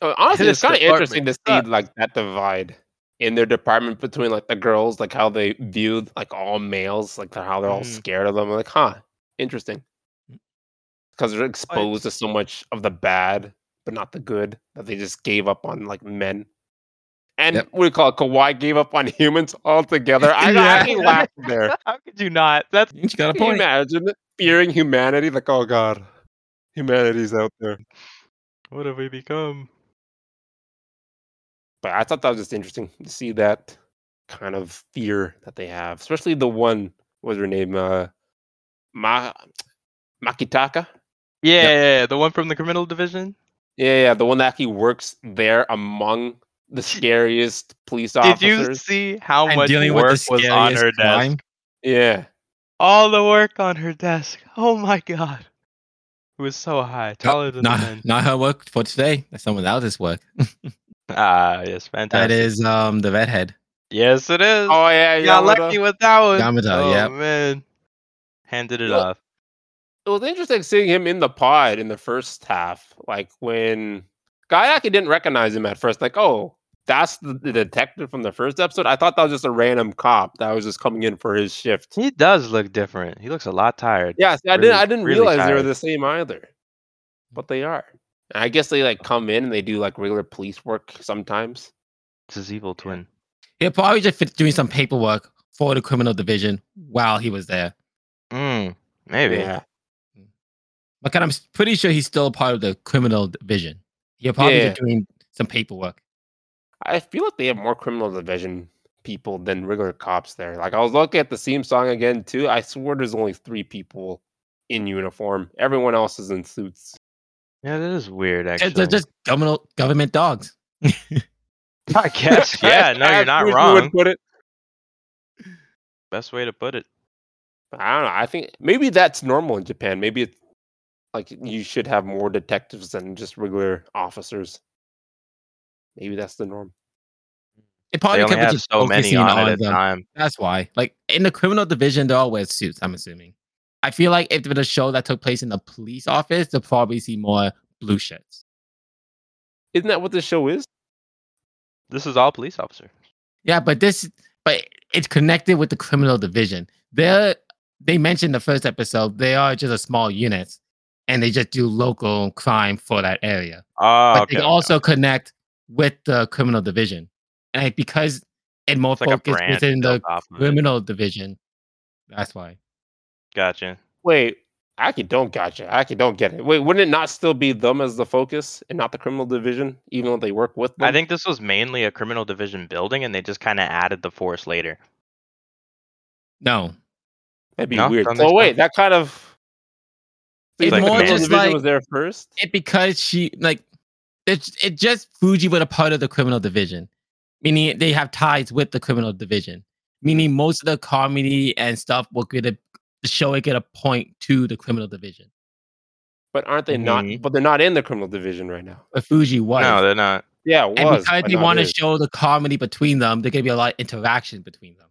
S1: Uh, Honestly,
S3: His
S1: it's kind of interesting to
S3: department
S1: see
S3: sucks.
S1: like that divide in their department between like the girls, like how they view like all males, like how they're all
S2: Mm.
S3: Mhm.
S1: scared of them. Like, huh, interesting. Because they're exposed to so much of the bad, but not the good, that they just gave up on like men. And
S2: Yep.
S1: what do you call it? Kawhi gave up on humans altogether. I,
S2: Yeah.
S1: I actually laughed there.
S3: How could you not? That's
S2: She got a
S1: Can you
S2: point.
S1: imagine fearing humanity? Like, oh god, humanity's out there.
S3: what have we become?
S1: but I thought that was just interesting to see that kind of fear that they have, especially the one what was her name, uh, Ma Makitaka.
S3: Yeah,
S2: Yep.
S3: yeah, yeah, the one from the criminal division.
S1: Yeah, yeah, the one that actually works there among the scariest police
S3: Did you
S1: officers.
S3: see how
S2: And
S3: much
S2: dealing with
S3: work
S2: the
S3: was on her
S2: scariest crime.
S3: desk?
S1: Yeah,
S3: all the work on her desk. Oh my god. It was so high. Taller than the
S2: Not,
S3: men.
S2: not her work for today. That's someone else's work.
S3: Ah, yes, fantastic.
S2: That is um the redhead.
S3: Yes, it is.
S1: Oh yeah,
S3: you
S1: yeah.
S3: got lucky with that one.
S2: Yamada,
S3: oh
S2: yep.
S3: man. Handed it
S1: Well,
S3: off.
S1: it was interesting seeing him in the pod in the first half. Like when Gaiaki didn't recognize him at first, like, oh, that's the, the detective from the first episode. I thought that was just a random cop that was just coming in for his shift.
S3: He does look different. He looks a lot tired.
S1: Yeah, see, I
S3: Really-
S1: didn't I didn't
S3: really
S1: realize they were
S3: tired.
S1: the same either. But they are. And I guess they like come in and they do like regular police work sometimes.
S3: It's his evil twin.
S2: Yeah, probably just fit- doing some paperwork for the criminal division while he was there.
S3: Mm, maybe.
S1: Yeah.
S2: But I'm s- pretty sure he's still part of the criminal division. You're probably
S1: Yeah.
S2: just doing some paperwork.
S1: I feel like they have more criminal division people than regular cops there. Like I was looking at the theme song again too. I swear there's only three people in uniform. Everyone else is in suits.
S3: Yeah, that is weird
S2: They're,
S3: actually.
S2: they're just government government dogs.
S3: I guess. Yeah, no, you're
S1: As
S3: not
S1: Bruce Lee
S3: wrong.
S1: Would put it.
S3: Best way to put it.
S1: I don't know. I think maybe that's normal in Japan. Maybe it's like you should have more detectives than just regular officers. Maybe that's the norm.
S2: It
S3: They
S2: probably
S3: only
S2: could be
S3: have
S2: just
S3: so many
S2: focusing
S3: on
S2: on
S3: it at a
S2: them.
S3: time.
S2: That's why. Like in the criminal division, they all wear suits, I'm assuming. I feel like if it was a show that took place in the police office, they'll probably see more blue shirts.
S1: Isn't that what this show is?
S3: This is all police officer.
S2: Yeah, but this but it's connected with the criminal division. They're they mentioned the first episode, they are just a small unit and they just do local crime for that area.
S3: Oh,
S2: But
S3: okay.
S2: they also connect with the criminal division. And like, because it more
S3: It's like a
S2: focused
S3: brand
S2: within the
S3: built off of it.
S2: criminal division. That's why.
S3: Gotcha.
S1: Wait, I actually don't gotcha. I actually don't get it. Wait, wouldn't it not still be them as the focus and not the criminal division, even though they work with them?
S3: I think this was mainly a criminal division building, and they just kind of added the force later.
S2: No.
S1: that'd be
S3: No,
S1: weird.
S3: don't think
S1: Oh
S3: so.
S1: wait, that kind of.
S2: It's
S1: like the
S3: more
S1: criminal
S3: just
S1: division
S2: like-
S1: was there first.
S2: it because she like it's it just Fuji with a part of the criminal division, meaning they have ties with the criminal division, meaning
S1: Mm-hmm.
S2: most of the comedy and stuff will get a the show it get a point to the criminal division.
S1: But aren't they
S3: Mhm.
S1: not? But they're not in the criminal division right now.
S2: But Fuji was.
S3: No, they're not.
S1: Yeah, it
S2: and
S1: was.
S2: because
S1: but
S2: they
S1: not
S2: want to
S1: is.
S2: show the comedy between them, there gonna be a lot of interaction between them.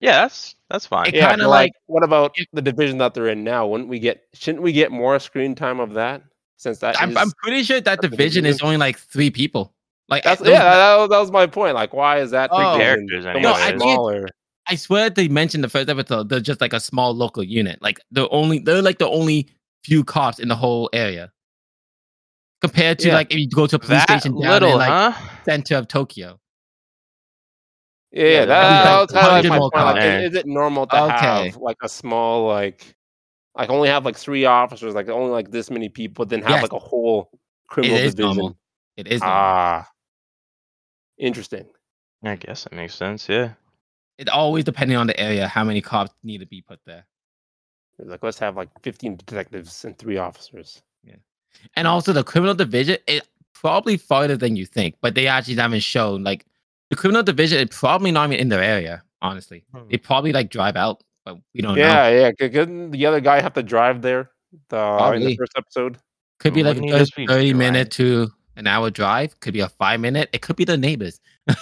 S3: Yeah, that's that's fine.
S2: It
S1: yeah,
S2: kinda
S1: but,
S2: like-
S1: what about the division that they're in now? Wouldn't we get? Shouldn't we get more screen time of that? Since that
S2: I'm,
S1: is-
S2: I'm pretty sure that
S1: that's the
S2: division is
S1: division.
S2: only like three people. Like
S1: that's,
S2: those-
S1: yeah, that, was- that was my point. Like, why is that
S2: Oh.
S1: division
S3: Characters,
S1: so
S3: anyways.
S2: No,
S1: much
S2: I think-
S1: smaller?
S2: I swear they mentioned the first episode. They're just like a small local unit. Like the only they're like the only few cops in the whole area. Compared to
S1: Yeah.
S2: like if you go to a police
S3: that
S2: station down
S3: little,
S2: in like
S3: huh?
S2: center of Tokyo.
S1: Yeah,
S3: Yeah,
S1: that, that was
S2: there's
S1: kind
S2: like
S1: of like
S2: 100
S1: my
S2: more
S1: point. Like,
S3: cops.
S1: is, is it normal to
S2: Okay.
S1: have like a small like, like only have like three officers, like only like this many people, then have
S2: Yes.
S1: like a whole criminal
S2: is
S1: division?
S2: normal. It is. normal.
S1: Ah, interesting.
S3: I guess that makes sense. Yeah.
S2: it always depending on the area how many cops need to be put there.
S1: It's Like, let's have like fifteen detectives and three officers.
S2: And also the criminal division it probably farther than you think, but they actually haven't shown like the criminal division is probably not even in their area, honestly. They probably like drive out, but we don't know.
S1: yeah, yeah. c- Couldn't the other guy have to drive there the, in
S2: Probably.
S1: the first episode?
S2: Could be like a
S3: Wouldn't it
S2: thir-
S3: just be
S2: 30 minute to an hour drive. Could be a five minute. It could be the neighbors.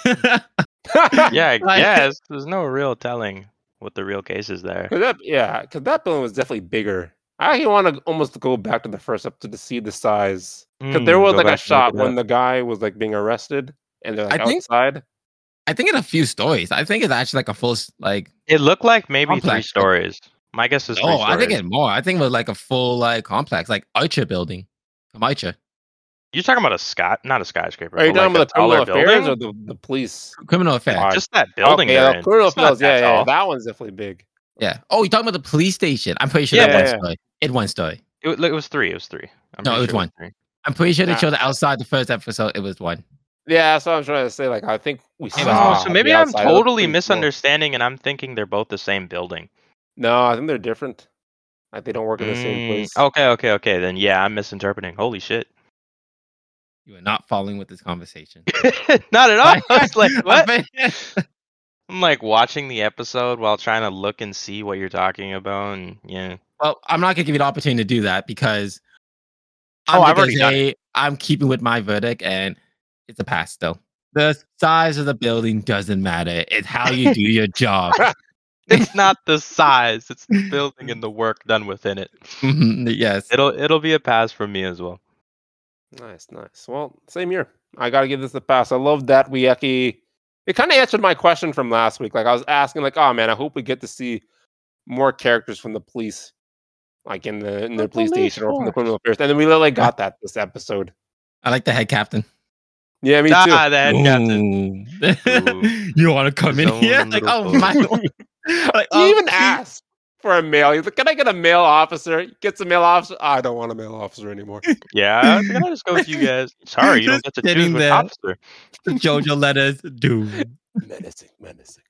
S3: Yeah, I
S2: Like-
S3: guess there's no real telling what the real case is there.
S1: Cause that, yeah, because that building was definitely bigger. I want to almost go back to the first episode to see the size. Because there
S3: Mm,
S1: was
S3: go
S1: like a
S3: back and look
S1: shot
S3: it
S1: when
S3: up.
S1: the guy was like being arrested and they're like
S2: I think-
S1: outside.
S2: I think it's a few stories. I think it's actually like a full, s- like,
S3: it looked like maybe three
S2: Complex, but-
S3: stories. My guess is. three
S2: oh, I think
S3: stories.
S2: it's more. I think it was like a full, like, complex, like Archer building. From Archer.
S3: You're talking about a sky, not a skyscraper.
S1: Are you
S3: but
S1: talking about
S3: like
S1: the criminal
S3: a taller
S1: affairs
S3: building?
S1: or the, the police?
S2: Criminal affair.
S1: Alright.
S3: Just that building
S1: Okay,
S3: they're
S1: yeah,
S3: in.
S1: criminal
S3: It's not
S1: affairs. Yeah,
S3: that
S1: yeah,
S3: tall.
S1: that one's definitely big.
S2: Yeah. Oh, you're talking about the police station. I'm pretty sure
S3: Yeah,
S2: that one
S1: yeah, yeah.
S2: story. It one story.
S3: It, wa- it was three. It was three. I'm
S2: No,
S3: pretty
S2: it was
S3: sure
S2: one.
S3: three.
S2: I'm pretty sure they
S1: Ah.
S2: showed the outside the first episode. It was one.
S1: Yeah, that's what I'm trying to say. Like, I think we
S2: was
S1: saw.
S3: Oh, so
S1: the
S3: maybe I'm
S1: outside. It looked
S3: totally
S1: pretty small.
S3: misunderstanding, and I'm thinking they're both the same building.
S1: No, I think they're different. Like, they don't work in the
S3: Mm,
S1: same place.
S3: Okay, okay, okay. Then yeah, I'm misinterpreting. Holy shit!
S2: You are not following with this conversation.
S3: Not at all. I was like, what?
S2: I'm
S3: I'm
S2: pretty-
S3: I'm like watching the episode while trying to look and see what you're talking about, and yeah.
S2: Well, I'm not gonna give you the opportunity to do that because I'm,
S3: Oh, I've
S2: gonna
S3: already done
S2: say I'm keeping with my verdict, and it's a pass though. The size of the building doesn't matter. It's how you do your job.
S3: It's not the size; it's the building and the work done within it.
S2: Mhm, yes.
S3: It'll it'll be a pass for me as well.
S1: Nice, nice. Well, same here. I gotta give this a pass. I love that we actually it kind of answered my question from last week. Like I was asking, like, oh man, I hope we get to see more characters from the police, like in the in the,
S2: The
S1: police
S2: police
S1: station or from the
S2: force.
S1: criminal affairs. And then we literally got that this episode.
S2: I like the head captain.
S1: Yeah, me too.
S3: ah, that captain.
S2: Ooh. you want to come in
S3: Someone
S2: here? Like, oh
S3: wonderful.
S2: my! like,
S1: He
S2: oh,
S1: even
S2: please.
S1: asked for a male. He's like, "Can I get a male officer?" He Gets a male officer. "Ah, I don't want a male officer anymore.
S3: Yeah, I think I'll just go with you guys. Sorry, you don't
S2: Just
S3: get to
S2: sitting
S3: choose which
S2: there.
S3: officer.
S2: JoJo letters, dude.
S1: menacing, menacing.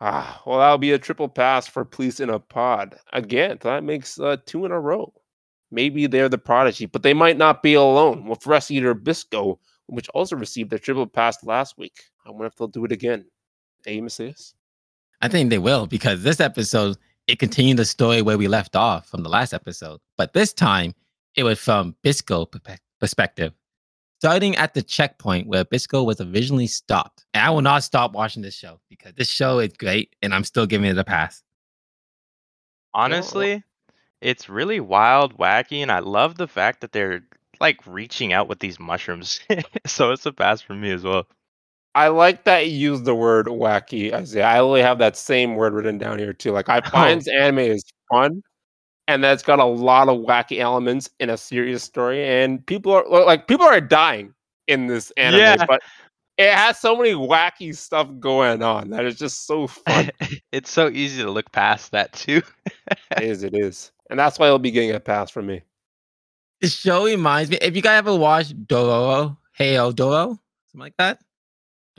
S1: Ah, well, that'll be a triple pass for police in a pod again. so That makes uh, two in a row. Maybe they're the prodigy, but they might not be alone with Rest Eater Bisco, which also received their triple pass last week. I wonder if they'll do it again. Amos is.
S2: I think they will because this episode it continued the story where we left off from the last episode, but this time it was from Bisco perpe- perspective, starting at the checkpoint where Bisco was originally stopped. And I will not stop watching this show because this show is great, and I'm still giving it a pass.
S3: Honestly, it's really wild, wacky, and I love the fact that they're like reaching out with these mushrooms. so it's a pass for me as well.
S1: I like that you used the word wacky, Isaiah. I only have that same word written down here too. Like I
S3: Oh.
S1: find anime is fun, and that's got a lot of wacky elements in a serious story. And people are li- like people are dying in this anime,
S3: Yeah.
S1: but it has so many wacky stuff going on that is just so fun.
S3: it's so easy to look past that too.
S1: it is, it is, and that's why it'll be getting a pass from me.
S2: This show reminds me. If you guys ever watched Doro, Hey Oh Doro, something like that.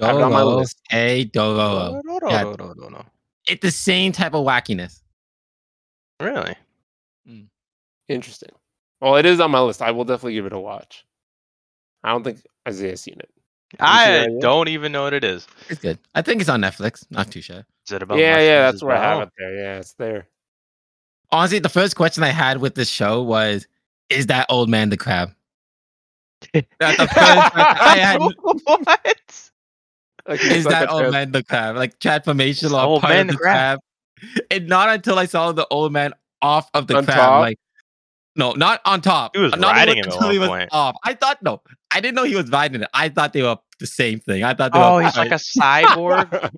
S1: I have it on my
S2: Dororo,
S1: list.
S2: Hey Dororo.
S3: No, no, no,
S2: Uh, yeah.
S3: no, no, no, no.
S2: It's the same type of wackiness.
S3: Really?
S1: Interesting. Well, it is on my list. I will definitely give it a watch. I don't think Isaiah's seen it. that
S3: I
S1: yet?
S3: don't even know what it is.
S2: It's good. I think it's on Netflix. Not too sure.
S3: Is it about
S1: yeah, yeah,
S3: mushrooms
S1: that's
S3: as
S1: where I have
S3: well?
S1: it there. Yeah, it's there.
S2: Honestly, the first question I had with this show was, "Is that old man the crab?" That's the first question I had,
S3: what?
S1: Like,
S2: is
S1: it's like
S2: that
S1: a
S2: old
S1: trans-
S2: man the crab? Like transformation
S3: It's
S2: or
S3: old
S2: part
S3: man
S2: of
S3: the
S2: the crab. And not until I saw the old man off of the
S1: On
S2: crab,
S1: top?
S2: like no, not on top.
S3: He was
S2: not
S3: riding
S2: even
S3: him at
S2: until he
S3: one
S2: was
S3: point.
S2: off. I thought no, I didn't know he was riding it. I thought they were the same thing. I thought they
S3: Oh,
S2: were.
S3: he's like a cyborg.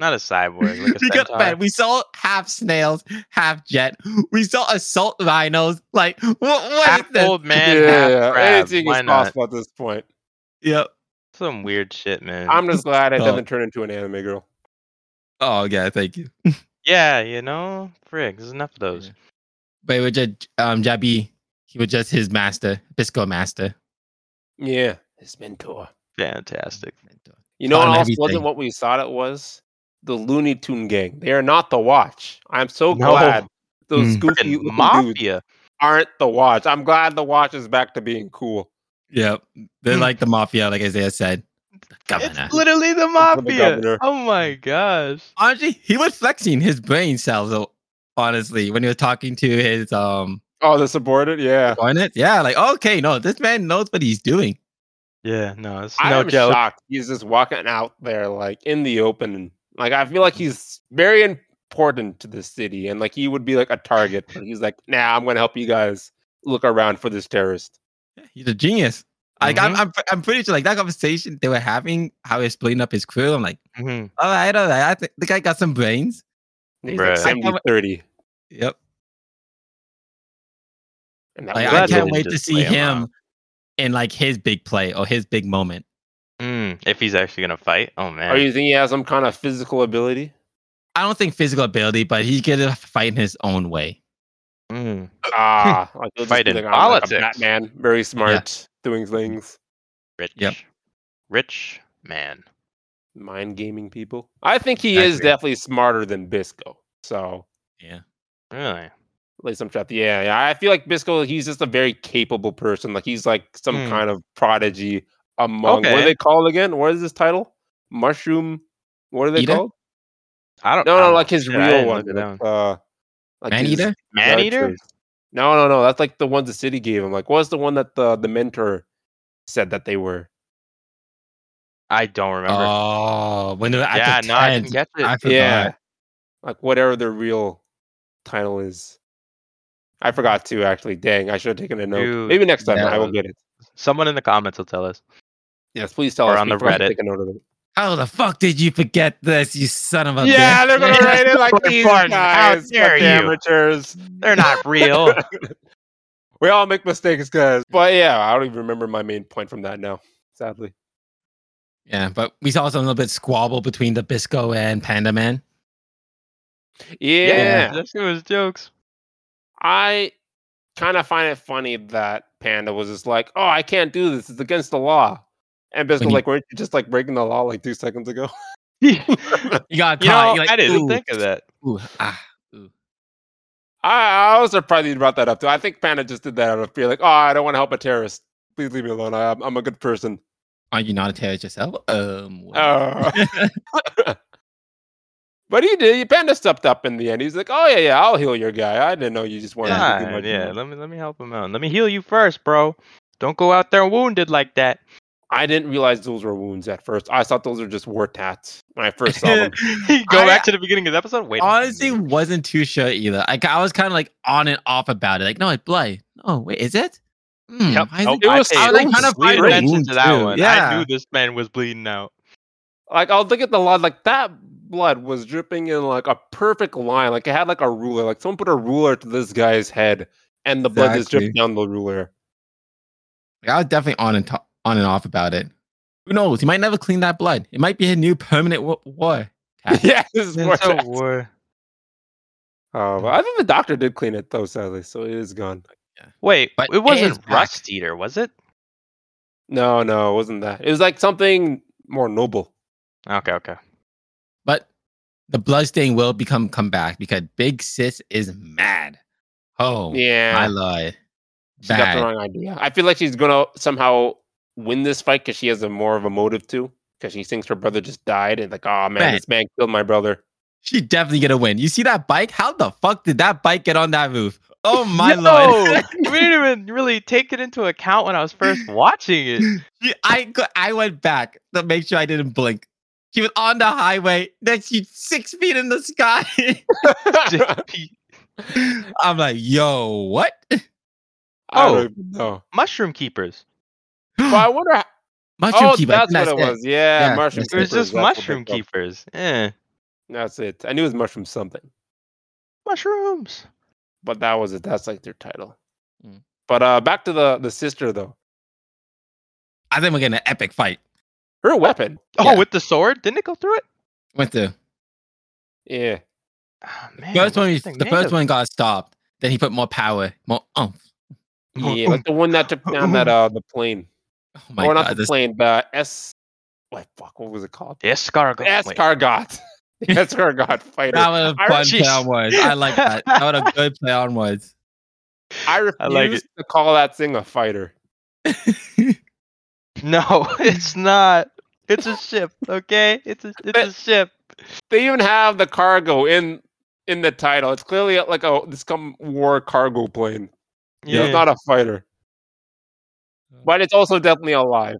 S3: Not a cyborg. Like a
S2: because
S3: centaur.
S2: man, we saw half snails, half jet. We saw assault rhinos. Like what? What is
S3: half
S2: this?
S3: old man,
S1: yeah,
S3: half
S1: yeah.
S3: crab.
S1: anything
S3: Why
S1: is
S3: not?
S1: possible at this point.
S2: Yep.
S3: Some weird shit, man.
S1: I'm just glad it
S2: Oh.
S1: doesn't turn into an anime girl.
S2: Oh yeah, thank you.
S3: Yeah, you know, frig. There's enough of those.
S2: Yeah. But it was just um Jabi. He was just his master, Bisco master.
S1: Yeah, his mentor.
S3: Fantastic.
S1: You know
S2: Taught
S1: what else
S2: him
S1: wasn't
S2: everything.
S1: what we thought it was? The Looney Tune gang. They are not the Watch. I'm so
S3: No.
S1: glad those
S2: Mm.
S3: Frickin'
S1: goofy looking dudes
S3: mafia.
S1: aren't the Watch. I'm glad the Watch is back to being cool.
S2: Yep. They're
S3: Hmm.
S2: like the mafia, like Isaiah said. The governor.
S3: It's literally the
S1: governor.
S3: mafia. Oh my gosh.
S2: Honestly, he was flexing his brain cells though, honestly, when he was talking to his um
S1: Oh, the supported? Yeah.
S2: subordinate. Yeah, like okay, no, this man knows what he's doing.
S3: Yeah, no, it's
S1: I
S3: no
S1: am
S3: joke.
S1: shocked. He's just walking out there like in the open. Like I feel like he's very important to the city, and like he would be like a target. But he's like, nah, I'm gonna help you guys look around for this terrorist.
S2: He's a genius. Like
S3: Mhm.
S2: I'm, I'm, I'm pretty sure like that conversation they were having, how he was splitting up his crew. I'm like,
S3: Mhm.
S2: all right, all right, I think the guy got some brains.
S1: And He's like
S3: Bruh.
S1: 70 30.
S2: Yep.
S1: And that
S2: Like,
S1: was
S3: glad
S2: I
S1: it.
S3: they
S2: can't
S3: didn't
S2: wait to
S3: just
S2: see
S3: play him
S2: him
S3: out.
S2: in like his big play or his big moment.
S3: Mm, if he's actually gonna fight, oh man.
S1: Are you thinking he has some kind of physical ability?
S2: I don't think physical ability, but he's gonna fight in his own way.
S3: Mm.
S1: Ah, like, he'll just
S3: Fight
S1: be
S3: in
S1: like, "I'm like a
S3: politics."
S1: Batman, very smart, doing things,
S3: Rich.
S2: Yep.
S3: Rich man.
S1: mind gaming people. I think he is
S2: Exactly.
S1: definitely smarter than Bisco. So
S2: Yeah.
S3: Really?
S1: Lay some trap. Yeah, yeah. I feel like Bisco, he's just a very capable person. Like he's like some
S3: Hmm.
S1: kind of prodigy among what do
S3: Okay.
S1: they call it again? What is this title? Mushroom What are they
S2: Eater?
S1: called?
S3: I don't.
S1: No,
S3: I
S1: no,
S3: don't
S1: like
S3: know.
S1: his
S3: Shit, Uh, I didn't
S1: real
S3: look
S1: one.
S3: it
S1: like,
S3: down.
S1: uh, like
S2: Man
S1: his
S2: eater?
S3: Man eater?
S1: archers. No, no, no. That's like the ones the city gave him. Like, what's the one that the the mentor said that they were?
S3: I don't remember.
S2: Oh, when they're at
S3: yeah,
S2: the
S3: no, I can
S2: tent.
S3: get it.
S2: I forgot.
S1: Like whatever their real title is. I forgot to actually. Dang, I should have taken a note.
S3: Dude,
S1: Maybe next time
S2: that
S1: I will
S3: was-
S1: get it.
S3: Someone in the comments will tell us.
S1: Yes, please tell
S3: Or
S1: us.
S3: on
S1: We
S3: the
S1: forgot to
S3: Reddit.
S1: Take a note of it.
S2: How the fuck did you forget this, you son of a
S1: Yeah, they're gonna
S3: Yeah.
S1: write it like
S3: So
S1: these
S3: important. How
S1: guys,
S3: dare
S1: such
S3: you.
S1: amateurs.
S3: They're not real.
S1: We all make mistakes, guys. But yeah, I don't even remember my main point from that now. Sadly.
S2: Yeah, but we saw some little bit squabble between the Bisco and Panda Man.
S1: Yeah,
S3: that shit was jokes.
S1: I kind of find it funny that Panda was just like, "Oh, I can't do this. It's against the law." And Bisco
S2: When he-
S1: like, "Weren't you just like breaking the law like two seconds ago?"
S3: you know,
S2: You got caught. You're like,
S3: I didn't
S2: ooh,
S3: think of that.
S2: ooh, ah.
S1: I, I was surprised you brought that up too. I think Panda just did that out of fear, like, "Oh, I don't want to help a terrorist. Please leave me alone. I, I'm, I'm a good person."
S2: Are you not a terrorist yourself? Um, what?
S1: Uh,
S3: Oh.
S1: but he did. Panda stepped up in the end. He's like, "Oh yeah, yeah, I'll heal your guy. I didn't know you just wanted to do too
S3: Nah,
S1: much."
S3: yeah, let me let me help him out. Let me heal you first, bro. Don't go out there wounded like that.
S1: I didn't realize those were wounds at first. I thought those were just war tats when I first saw them.
S3: go
S2: I-
S3: back to the beginning of the episode. Wait. a minute.
S2: honestly wasn't too sure either. Like I was kind of like on and off about it. Like, no, it's blood. Oh, wait, is it? Hmm,
S3: Yep.
S2: why is
S3: Nope,
S2: it?
S1: I was-
S3: paid
S1: I was, like,
S2: kinda
S3: complete
S2: fighting
S3: attention
S2: wounds,
S3: to that
S2: too.
S3: one. I
S2: Yeah.
S3: knew this man was bleeding out.
S1: like I'll look at the line, like that blood was dripping in like a perfect line. Like it had like a ruler. Like someone put a ruler to this guy's head, and the blood just dripped
S2: Exactly.
S1: down the ruler.
S2: Like, I was definitely on and to- on and off about it. Who knows? He might never clean that blood. It might be a new permanent wa- war.
S1: yeah, this is more.
S3: It's a
S1: tats.
S3: war.
S1: Oh, but I think the doctor did clean it though, sadly, so it is gone.
S3: Wait,
S2: But
S3: it
S2: it's
S3: wasn't
S2: back.
S3: Rust Eater, was it?
S1: No, no, it wasn't that. It was like something more noble.
S3: Okay, okay.
S2: But the blood stain will become come back because Big Sis is mad. Oh, my
S1: Yeah,
S2: lord.
S1: she got
S2: bad.
S1: the wrong idea. I feel like she's gonna somehow win this fight because she has a more of a motive to. Because she thinks her brother just died, and like, oh man,
S2: Right.
S1: this man killed my brother.
S2: She definitely gonna win. You see that bike? How the fuck did that bike get on that roof? Oh my lord.
S3: No, we didn't even really take it into account when I was first watching it.
S2: Yeah, I go- I went back to make sure I didn't blink. She was on the highway. Then she's six feet in the sky.
S3: JP.
S2: I'm like, yo, what?
S1: I don't
S3: Oh.
S1: even know.
S3: Mushroom Keepers.
S1: But I wonder
S2: Mushroom
S1: oh,
S2: keeper.
S1: that's what
S2: that's
S1: it was. Yeah,
S2: Yeah,
S1: mushroom.
S2: that's
S3: It was
S1: keepers, that's
S3: just
S1: what they
S3: mushroom
S1: call-
S3: keepers. Eh.
S1: That's it. I knew it was mushroom something,
S3: Mushrooms.
S1: but that was it. That's like their title.
S2: Mm.
S1: But uh, back to the the sister though.
S2: I think we're getting an epic fight.
S1: Her weapon.
S3: Oh,
S2: Yeah.
S3: with the sword? Didn't it go through it?
S2: Went through.
S1: Yeah.
S3: Oh, man,
S2: First one,
S3: what's
S2: we-
S3: the
S2: the
S3: name
S2: first
S3: of-
S2: one got stopped. Then he put more power, more oh, oomph.
S1: Yeah, like the one that took down that uh the plane.
S2: Oh
S1: Or
S2: my
S1: oh, not
S2: god,
S1: the
S2: this
S1: plane, the S. What fuck? What was it called?
S3: Escargot. Wait.
S1: Escargot. Escargot fighter.
S2: that was
S1: I
S2: a fun
S3: re-
S2: play on words. I like that. That was a good play on words.
S1: I
S3: I like it.
S1: refuse to call that thing a fighter.
S3: No, it's not. It's a ship, okay? It's a it's a ship.
S1: They even have the cargo in in the title. It's clearly like a this come war cargo plane.
S3: Yeah.
S1: It's not a fighter. But it's also definitely alive.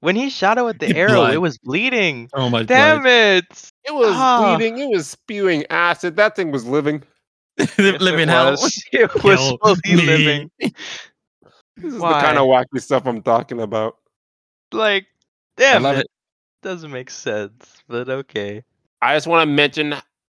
S3: when he shot it with the arrow,
S2: Blood.
S3: it was bleeding.
S2: Oh my
S3: Damn
S2: god.
S3: it!
S1: It was
S3: Ah.
S1: bleeding, it was spewing acid. That thing was living.
S3: Yes,
S2: Living
S3: it
S2: hell.
S3: was. It was
S2: Kill
S3: fully
S2: me.
S3: living.
S1: This is
S3: Why?
S1: the kind of wacky stuff I'm talking about.
S3: Like,
S2: I
S3: damn
S2: love
S3: it.
S2: it.
S3: Doesn't make sense, but okay.
S1: I just want to mention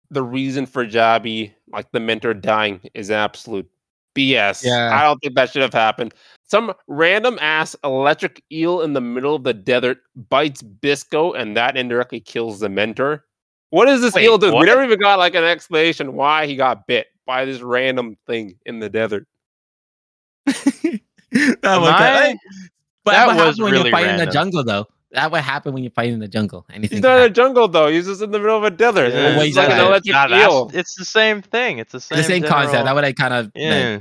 S1: the reason for Jabi, like the mentor dying, is absolute BS.
S2: Yeah.
S1: I don't think that should have happened. Some random ass electric eel in the middle of the desert bites Bisco, and that indirectly kills the mentor. What is this
S3: Wait,
S1: eel do? We
S3: what?
S1: never even got like an explanation why he got bit by this random thing in the desert.
S2: that
S3: Am
S2: was
S3: I-
S2: good. But
S3: That
S2: that what happens
S3: was
S2: when
S3: really
S2: you're fighting in the
S3: random.
S2: jungle, though. That would happen when you're fighting in the jungle. Anything.
S1: He's
S2: can
S1: not in a
S2: happen.
S1: jungle though. He's just in the middle of a desert.
S2: Yeah,
S1: and
S2: well,
S1: it's
S2: he's
S1: like an
S2: outside.
S1: electric
S3: Nah, that's-
S1: eel.
S3: it's the same thing. It's the same.
S2: the same concept. That
S3: general-
S2: would I kind of.
S3: yeah.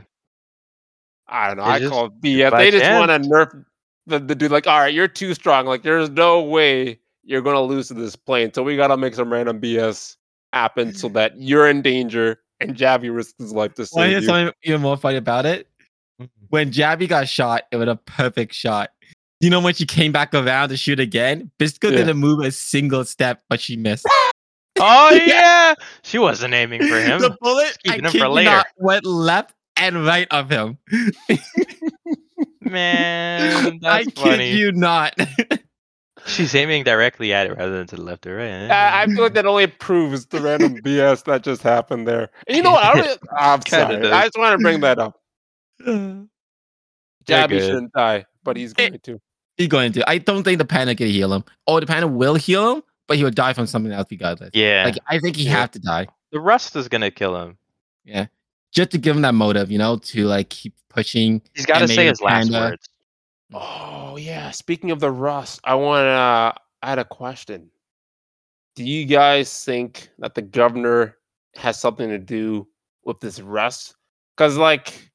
S1: I don't know.
S3: They
S1: I
S3: just-
S1: call it BS.
S3: by
S1: They just want to nerf the, the dude. Like, all right, you're too strong. Like, there's no way you're gonna lose to this plane. So we gotta make some random BS happen so that you're in danger and Javi risks his life to
S2: Well,
S1: save
S2: here's
S1: you.
S2: something even more funny about it. When Jabby got shot, it was a perfect shot. You know when she came back around to shoot again, Bisco
S1: Yeah.
S2: didn't move a single step, but she missed.
S3: Oh yeah, she wasn't aiming for him.
S2: the bullet I
S3: keeping him for
S2: kid you
S3: later.
S2: not, went left and right of him.
S3: Man, that's
S2: I kid
S3: funny.
S2: you not.
S3: She's aiming directly at it rather than to the left or right. eh?
S1: I, I feel like that only proves the random BS that just happened there. And you know what? I don't, I'm
S3: Kinda
S1: sorry.
S3: does.
S1: I just want to bring that up.
S3: You're
S1: Jabby
S3: good.
S1: shouldn't die, but he's going to.
S2: He's going to. I don't think the panic can heal him. Or the panic will heal him, but he will die from something else regardless.
S3: yeah,
S2: Like I think he
S1: Yeah.
S2: have to die.
S3: the rust is gonna kill him.
S2: Just to give him that motive, you know, to like keep pushing.
S3: He's got to
S2: And
S3: say
S2: maybe
S3: his last
S2: kinda-
S3: words.
S1: Oh yeah. Speaking of the rust, I want to add a question. Do you guys think that the governor has something to do with this rust? Because like,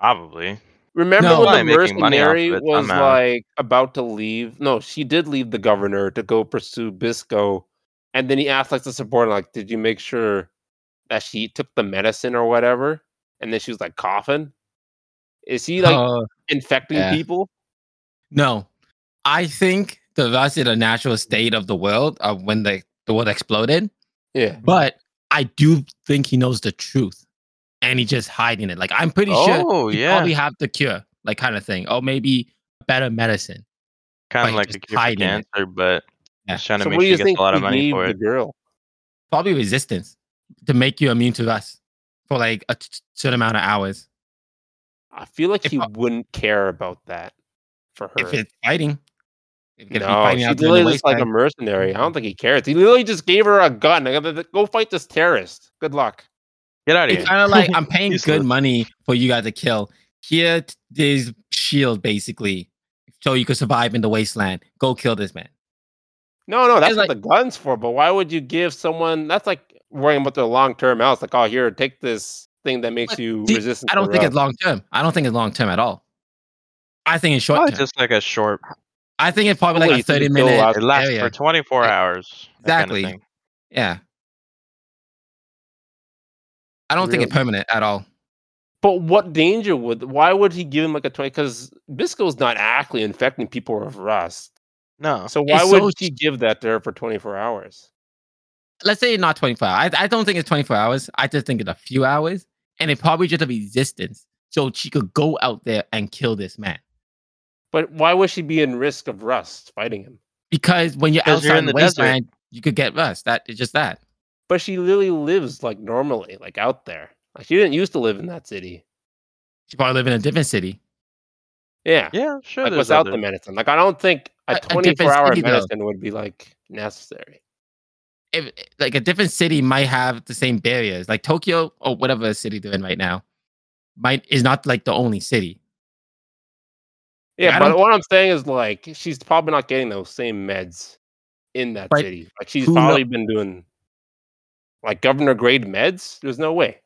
S3: Probably.
S1: remember
S2: No.
S1: when the
S3: Probably making money off of
S1: mercenary
S3: it
S1: was
S3: somehow.
S1: like about to leave? No, she did leave the governor to go pursue Bisco, and then he asked like the subordinate, like, "Did you make sure that she took the medicine or whatever?" And then she was like coughing. Is he like
S3: Oh.
S2: Uh,
S1: infecting
S2: yeah.
S1: people?
S2: No, I think the rust is a natural state of the world of when the, the world exploded.
S1: Yeah.
S2: But I do think he knows the truth, and he's just hiding it. Like I'm pretty sure
S3: Oh
S2: he
S3: yeah,
S2: probably have the cure, like kind of thing, or maybe better medicine.
S3: kind
S2: like
S3: of like
S2: just
S3: a cure for
S2: hiding it.
S3: cancer, but
S2: Yeah.
S3: he's trying to
S1: So
S3: make
S1: what do
S3: sure
S1: you
S3: he gets
S1: think
S3: a lot
S1: he
S3: of money
S1: gave
S3: for
S1: the
S3: it.
S1: girl?
S2: Probably resistance to make you immune to rust for like a t- certain amount of hours.
S1: I feel like
S2: If
S1: he
S2: I-
S1: wouldn't care about that for her.
S2: If it's fighting, if it's
S1: no, she
S2: during the Mm.
S1: literally just like a
S2: wasteland.
S1: mercenary. I don't think he cares. He literally just gave her a gun. Like, "Th- th- Go fight this terrorist. Good luck.
S3: Get out of here.
S2: It's kind of like I'm paying
S3: Useless.
S2: good money for you guys to kill. Here t- is shield basically, so you could survive in the wasteland. Go kill this man.
S1: No, no, that's
S2: It's
S1: what the gun's for. But why would you give someone? That's like worrying about their long term health. Like, oh, here, take this thing that makes
S2: But
S1: you
S2: see,
S1: resistant.
S2: I
S1: to
S2: don't think it's
S1: rust."
S2: long term. I don't think it's long term at all. I think it's short
S3: Probably
S2: term.
S3: just like a short.
S2: I think it's probably
S1: Hopefully
S2: like a
S1: you can
S2: 30
S1: still
S2: minute.
S1: last-
S3: It lasts
S2: area.
S3: for 24 hours. that kinda
S2: Exactly.
S3: thing.
S2: Yeah. I don't think it's permanent at all.
S1: But what danger would? Why would he give him like a twenty? Because Bisco's not actually infecting people with rust.
S3: No.
S1: So why
S2: Uh, It's
S1: would
S2: so
S1: he give that to her for twenty four hours?
S2: Let's say not 24 hours. I, I don't think it's 24 hours. I just think it's a few hours. And it probably just a resistance. So she could go out there and kill this man.
S1: But why would she be in risk of rust fighting him?
S2: Because when you're
S3: Because
S2: outside
S3: you're in
S2: in the
S3: the desert.
S2: wasteland, you could get rust. That it's just that.
S1: But she literally lives like normally, like out there. Like she didn't used to live in that city.
S2: She probably live in a different city.
S1: Yeah.
S3: Yeah, sure.
S1: like
S3: there's
S1: without the
S3: other-
S1: medicine. Like I don't think
S2: A-
S1: a
S2: a different
S1: twenty four hour
S2: city, though.
S1: medicine would be like necessary.
S2: If, like a different city might have the same barriers. Like Tokyo or whatever city they're in right now, might is not like the only city.
S1: Yeah,
S2: I
S1: but
S2: don't-
S1: what I'm saying is like she's probably not getting those same meds in that
S2: But
S1: city. Like she's
S2: who kno-
S1: probably been doing like governor grade meds. There's no way.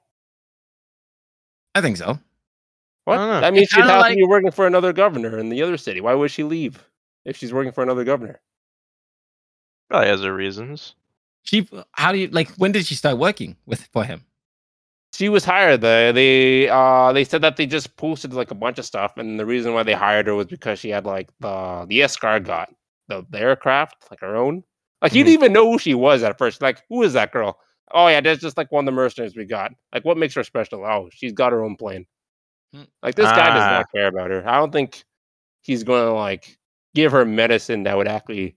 S2: I think so.
S1: What?
S3: don't know.
S1: That means
S2: It's
S1: she'd
S2: kinda
S1: have to
S2: like-
S1: be working for another governor in the other city. Why would she leave if she's working for another governor?
S3: Probably has her reasons.
S2: She how do you like when did she start working with for him?
S1: she was hired. They they uh they said that they just posted like a bunch of stuff, and the reason why they hired her was because she had like the the Escar got the, the aircraft like her own. Like
S2: Mm-hmm.
S1: you didn't even know who she was at first. Like who is that girl? Oh yeah, that's just like one of the mercenaries we got. Like what makes her special? Oh, she's got her own plane.
S2: Hmm.
S1: Like this guy does
S3: Ah.
S1: not care about her. I don't think he's gonna like give her medicine that would actually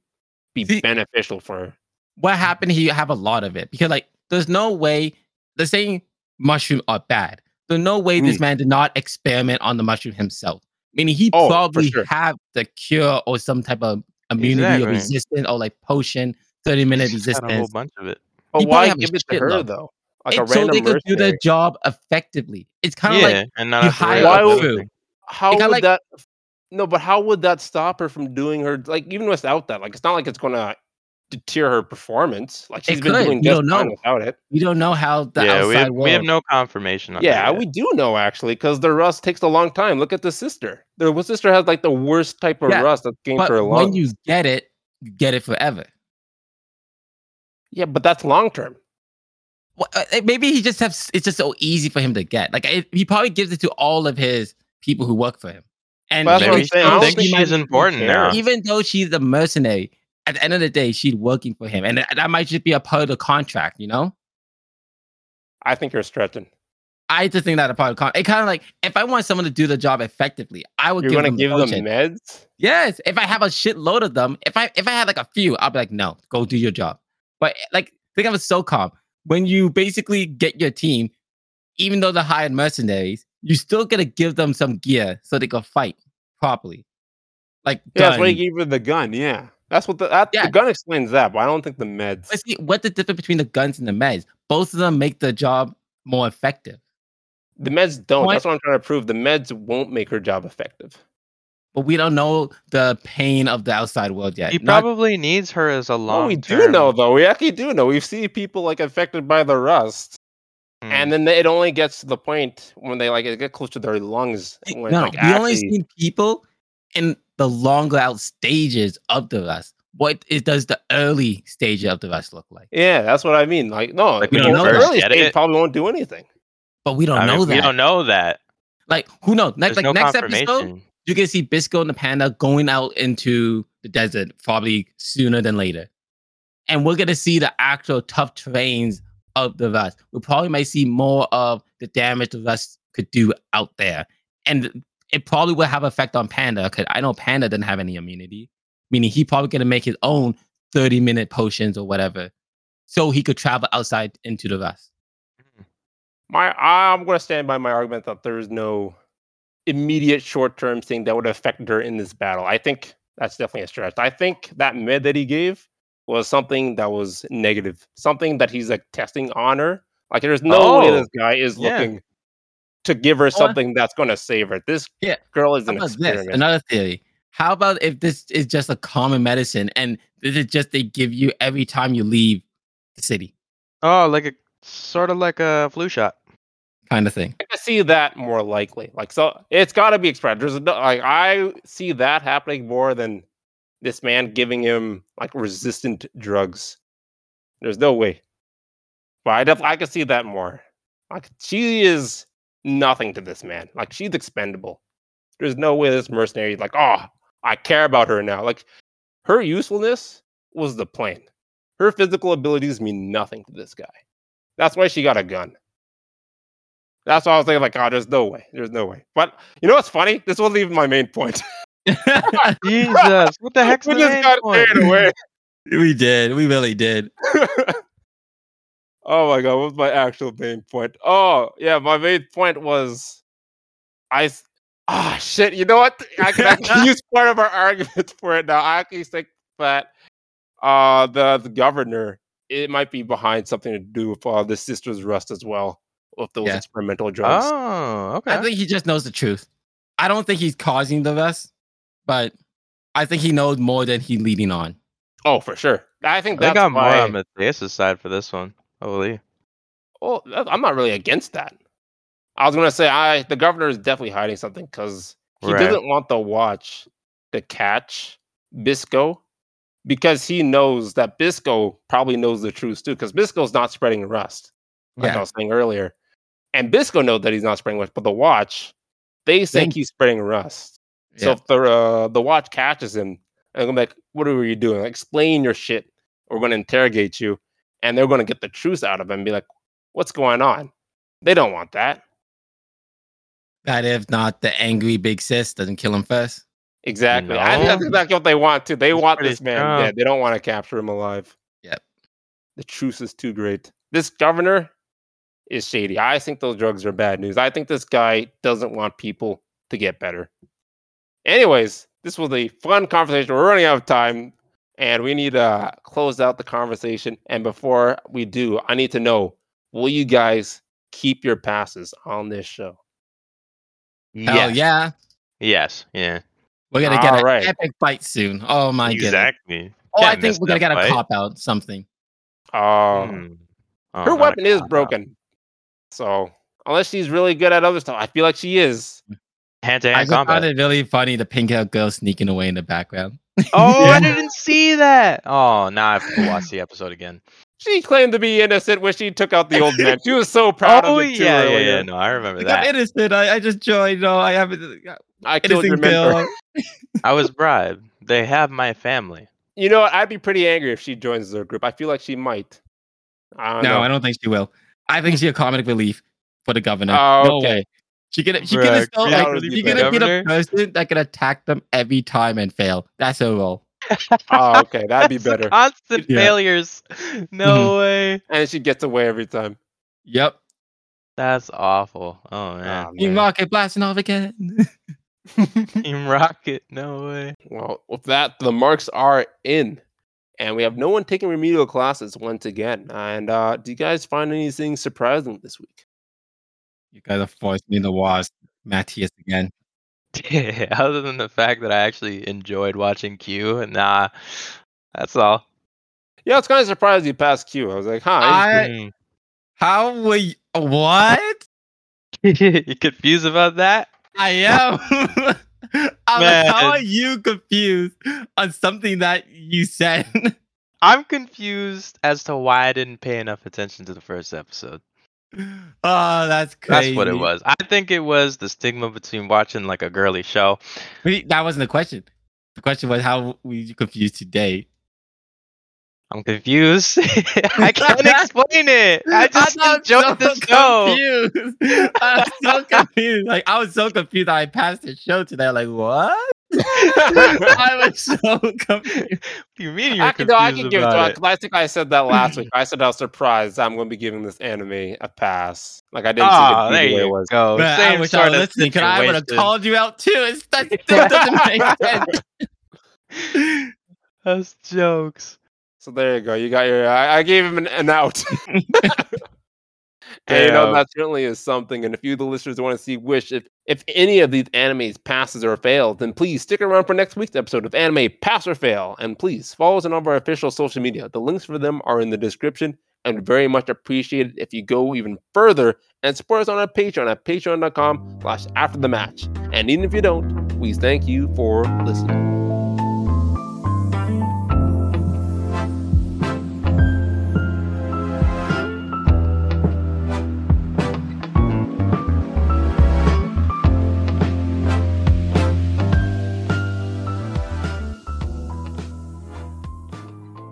S1: be
S2: See-
S1: beneficial for her.
S2: What happened? He have a lot of it because like there's no way the saying mushroom are bad. There's no way
S1: Mm.
S2: this man did not experiment on the mushroom himself. Meaning he
S1: Oh, for
S2: probably
S1: sure.
S2: have the cure or some type of immunity or
S3: Exactly.
S2: resistance or like potion, 30 minute
S3: She's got a whole
S2: resistance.
S3: bunch of it.
S1: But
S2: He probably
S1: why
S2: have a
S1: give it to
S2: shitload.
S1: her though? Like a
S2: It's so
S1: random
S2: they could do
S1: mercenary.
S2: their job effectively. It's kind of
S3: yeah,
S2: like
S3: and not
S2: you
S3: have to
S2: hire
S3: worry about
S1: a
S3: the
S2: crew.
S3: thing.
S1: how
S2: kinda
S1: would
S2: like-
S1: that no but how would that stop her from doing her like even without that like it's not like it's gonna deter her performance like
S2: It
S1: she's been
S2: could,
S1: doing
S2: you
S1: just
S2: don't
S1: fine
S2: know.
S1: without it
S2: you don't know how the
S3: yeah,
S2: outside
S3: we have,
S2: world.
S3: we have no confirmation on
S1: yeah
S3: that.
S1: we do know actually because the rust takes a long time look at the sister the w- sister has like the worst type of
S2: Yeah,
S1: rust that's came
S2: but
S1: for a long
S2: when you get it, you get it forever.
S1: Yeah, but that's long term.
S2: Well, uh, uh, maybe he just has. It's just so easy for him to get. Like I, he probably gives it to all of his people who work for him. And
S1: Well, that's what
S3: Maybe
S1: I'm
S3: she
S1: saying. I
S3: don't
S1: don't
S3: think
S1: think
S3: she's important
S1: cares.
S3: now.
S2: even though she's a mercenary, at the end of the day, she's working for him, and that that might just be a part of the contract. You know,
S1: I think you're stretching.
S2: I just think that a part of the contract. It kind of like if I want someone to do the job effectively, I would
S1: You're
S2: give
S1: going to
S2: them,
S1: give them
S2: promotion.
S1: meds?
S2: Yes, if I have a shitload of them, if I if I had like a few, I'll be like, no, go do your job. But like, think of a SOCOM. When you basically get your team, even though they're hired mercenaries, you still gotta give them some gear so they can fight properly. Like,
S1: Yeah, that's why you
S2: guns.
S1: gave her the gun. Yeah. That's what the, that,
S2: Yeah.
S1: the gun explains that, but I don't think the meds.
S2: But see, what's the difference between the guns and the meds? Both of them make the job more effective.
S1: The meds don't.
S2: Point-
S1: That's what I'm trying to prove. The meds won't make her job effective.
S2: But we don't know the pain of the outside world yet.
S3: He
S2: Not-
S3: probably needs her as a long.
S1: Oh, we do know though. We actually do know. We've seen people like affected by the rust,
S3: Hmm.
S1: and then they, it only gets to the point when they like get close to their lungs. When, it's,
S2: no,
S1: like,
S2: we only
S1: actually-
S2: seen people in the longer out stages of the rust. What it does the early stage of the rust look like?
S1: Yeah, that's what I mean. Like no,
S3: Like,
S2: we
S1: the
S2: don't know that.
S1: early
S3: Get
S1: stage
S3: it?
S1: probably won't do anything.
S2: But we don't
S3: I mean,
S2: know that.
S3: we don't know that.
S2: Like who knows? Next,
S3: There's
S2: like
S3: no
S2: next episode,
S3: confirmation.
S2: you can see Bisco and the panda going out into the desert probably sooner than later, and we're gonna see the actual tough terrains of the rust. We probably might see more of the damage the rust could do out there, and it probably will have effect on panda because I know panda doesn't have any immunity. meaning he probably gonna make his own 30 minute potions or whatever so he could travel outside into the rest
S1: My, I'm going to stand by my argument that there's no immediate short-term thing that would affect her in this battle. I think that's definitely a stretch. I think that med that he gave was something that was negative, something that he's like testing on her. Like there's no way
S3: Oh,
S1: this guy is
S3: yeah.
S1: looking to give her something that's going to save her. This
S2: Yeah.
S1: girl is
S2: How
S1: an
S2: about this?
S1: experiment.
S2: Another theory. How about if this is just a common medicine and this is just they give you every time you leave the city
S3: Oh, like a sort of like a flu shot.
S2: kind of thing?
S1: I can see that more likely. Like so, it's got to be expressed. There's no, like I see that happening more than this man giving him like resistant drugs. There's no way. But I def- I can see that more. Like she is nothing to this man. Like she's expendable. There's no way this mercenary is like, oh, I care about her now. Like her usefulness was the plan. Her physical abilities mean nothing to this guy. That's why she got a gun. That's why I was thinking, like, oh, there's no way. There's no way. But you know what's funny? This wasn't even my main point.
S3: Jesus, what the heck's
S1: we
S3: the
S1: just
S3: main
S1: got
S3: point?
S1: carried away.
S2: we did. We really did.
S1: oh my god, what was my actual main point? Oh yeah, my main point was I. s- Ah shit, you know what? I can actually use part of our argument for it now. I actually think that uh the, the governor it might be behind something to do with uh, the sisters rust as well with those
S2: Yeah.
S1: experimental drugs.
S3: Oh, okay.
S2: I think he just knows the truth. I don't think he's causing the rest, but I think he knows more than he's leading on.
S1: Oh, for sure. I think
S3: I
S1: that's
S3: think I'm more
S1: why.
S3: on Matthias' side for this one. Holy.
S1: Well, that- I'm not really against that. I was gonna say I the governor is definitely hiding something because he
S3: Right.
S1: doesn't want the watch to catch Bisco because he knows that Bisco probably knows the truth too because Bisco's not spreading rust like I
S2: Yeah.
S1: was saying earlier, and Bisco knows that he's not spreading rust, but the watch they think
S2: Thank-
S1: he's spreading rust. So
S2: Yeah.
S1: if the uh, the watch catches him, and I'm like, "What were you doing? Explain your shit. We're going to interrogate you, and they're going to get the truth out of him. And be like, what's going on? They don't want that.
S2: That if not the angry big sis doesn't kill him first.
S1: Exactly. I think that's
S3: No.
S1: exactly what they want too. They
S3: He's
S1: want
S3: pretty
S1: this man
S3: strong.
S1: dead. They don't want to capture him alive.
S2: Yep.
S1: The truth is too great. This governor is shady. I think those drugs are bad news. I think this guy doesn't want people to get better. Anyways, this was a fun conversation. We're running out of time and we need to close out the conversation. And before we do, I need to know will you guys keep your passes on this show?
S2: Hell
S3: Yes.
S2: yeah.
S3: Yes. Yeah.
S2: We're gonna get
S1: All
S2: an
S1: right.
S2: epic fight soon. Oh my goodness.
S3: exactly.
S2: Oh, I
S3: Can't
S2: think
S3: miss
S2: we're gonna
S3: that
S2: get a
S3: fight.
S2: cop out something.
S1: Oh,
S3: Hmm. Oh,
S1: her
S3: not a
S1: weapon is
S3: cop-out.
S1: broken. So unless she's really good at other stuff, I feel like she is.
S3: Mm.
S2: I
S3: Hand-to-hand
S2: just found
S3: combat.
S2: it really funny the pink haired girl sneaking away in the background.
S3: Oh, I
S2: Yeah.
S3: didn't see that. Oh, now I have to watch the episode again.
S1: She claimed to be innocent when she took out the old man. She was so proud
S3: oh
S1: of it too
S3: yeah, yeah,
S1: earlier.
S3: yeah. No, I remember
S2: Like, I'm
S3: that.
S2: innocent. I, I just joined. No, I haven't. uh,
S1: I killed your
S2: Innocent
S1: mentor.
S2: girl.
S3: I was bribed. They have my family.
S1: You know what? I'd be pretty angry if she joins their group. I feel like she might. I don't
S2: No,
S1: know.
S2: I don't think she will. I think she's a comic relief for the governor.
S1: Oh,
S2: No
S1: okay.
S2: way. She gonna she
S3: Bruh,
S2: gonna still,
S1: yeah,
S2: like,
S1: I would
S2: she
S1: be
S2: gonna be the
S3: better.
S2: person that can attack them every time and fail. That's her role.
S1: Oh, okay. That'd be
S3: That's the
S1: better.
S3: Constant
S2: Yeah.
S3: failures. No way.
S1: And she gets away every time.
S2: Yep.
S3: That's awful. Oh man.
S1: Ah,
S2: Team
S1: man.
S2: Rocket blasting off again.
S3: Team Rocket. No way.
S1: Well, with that, the marks are in. And we have no one taking remedial classes once again. And uh, do you guys find anything surprising this week?
S2: you guys have forced me in the was Matthias again.
S3: Other than the fact that I actually enjoyed watching Q, nah, that's all.
S1: Yeah, it's kind of surprised you passed Q. I was like, huh.
S2: I-
S1: interesting.
S3: Mm.
S2: How were you what?
S3: you confused about that?
S2: I am. I'm like, how are you confused on something that you said?
S3: I'm confused as to why I didn't pay enough attention to the first episode.
S2: oh, that's crazy.
S3: That's what it was. I think it was the stigma between watching like a girly show.
S2: Wait, that wasn't the question. The question was how were you confused today?
S3: I'm confused. I can't explain it. I just
S2: I'm
S3: enjoyed the show.
S2: Confused. I'm so confused. Like I was so confused. that I passed the show today. Like what? I was so confused.
S3: What do you mean you're
S1: I can, no, I
S3: confused
S1: can give it to
S3: about
S1: her,
S3: it?
S1: 'cause I think I said that last week. I said I was surprised. I'm going to be giving this anime a pass. Like I didn't
S3: Ah,
S1: see
S3: there
S1: it the way
S3: you
S1: it was.
S3: go.
S2: But I
S3: Same
S2: wish I
S3: sort
S2: was
S3: of
S2: listening because I would have
S3: situation.
S2: called you out too. It's that it doesn't make sense.
S3: That's jokes.
S1: So there you go. You got your. I, I gave him an, an out. and you know
S3: Damn.
S1: that certainly is something. And if you, the listeners, want to see Wish, if if any of these animes passes or fails, then please stick around for next week's episode of Anime Pass or Fail. And please follow us on all of our official social media. The links for them are in the description. And we'd very much appreciate it if you go even further and support us on our Patreon at patreon.com slash after the match. And even if you don't, we thank you for listening.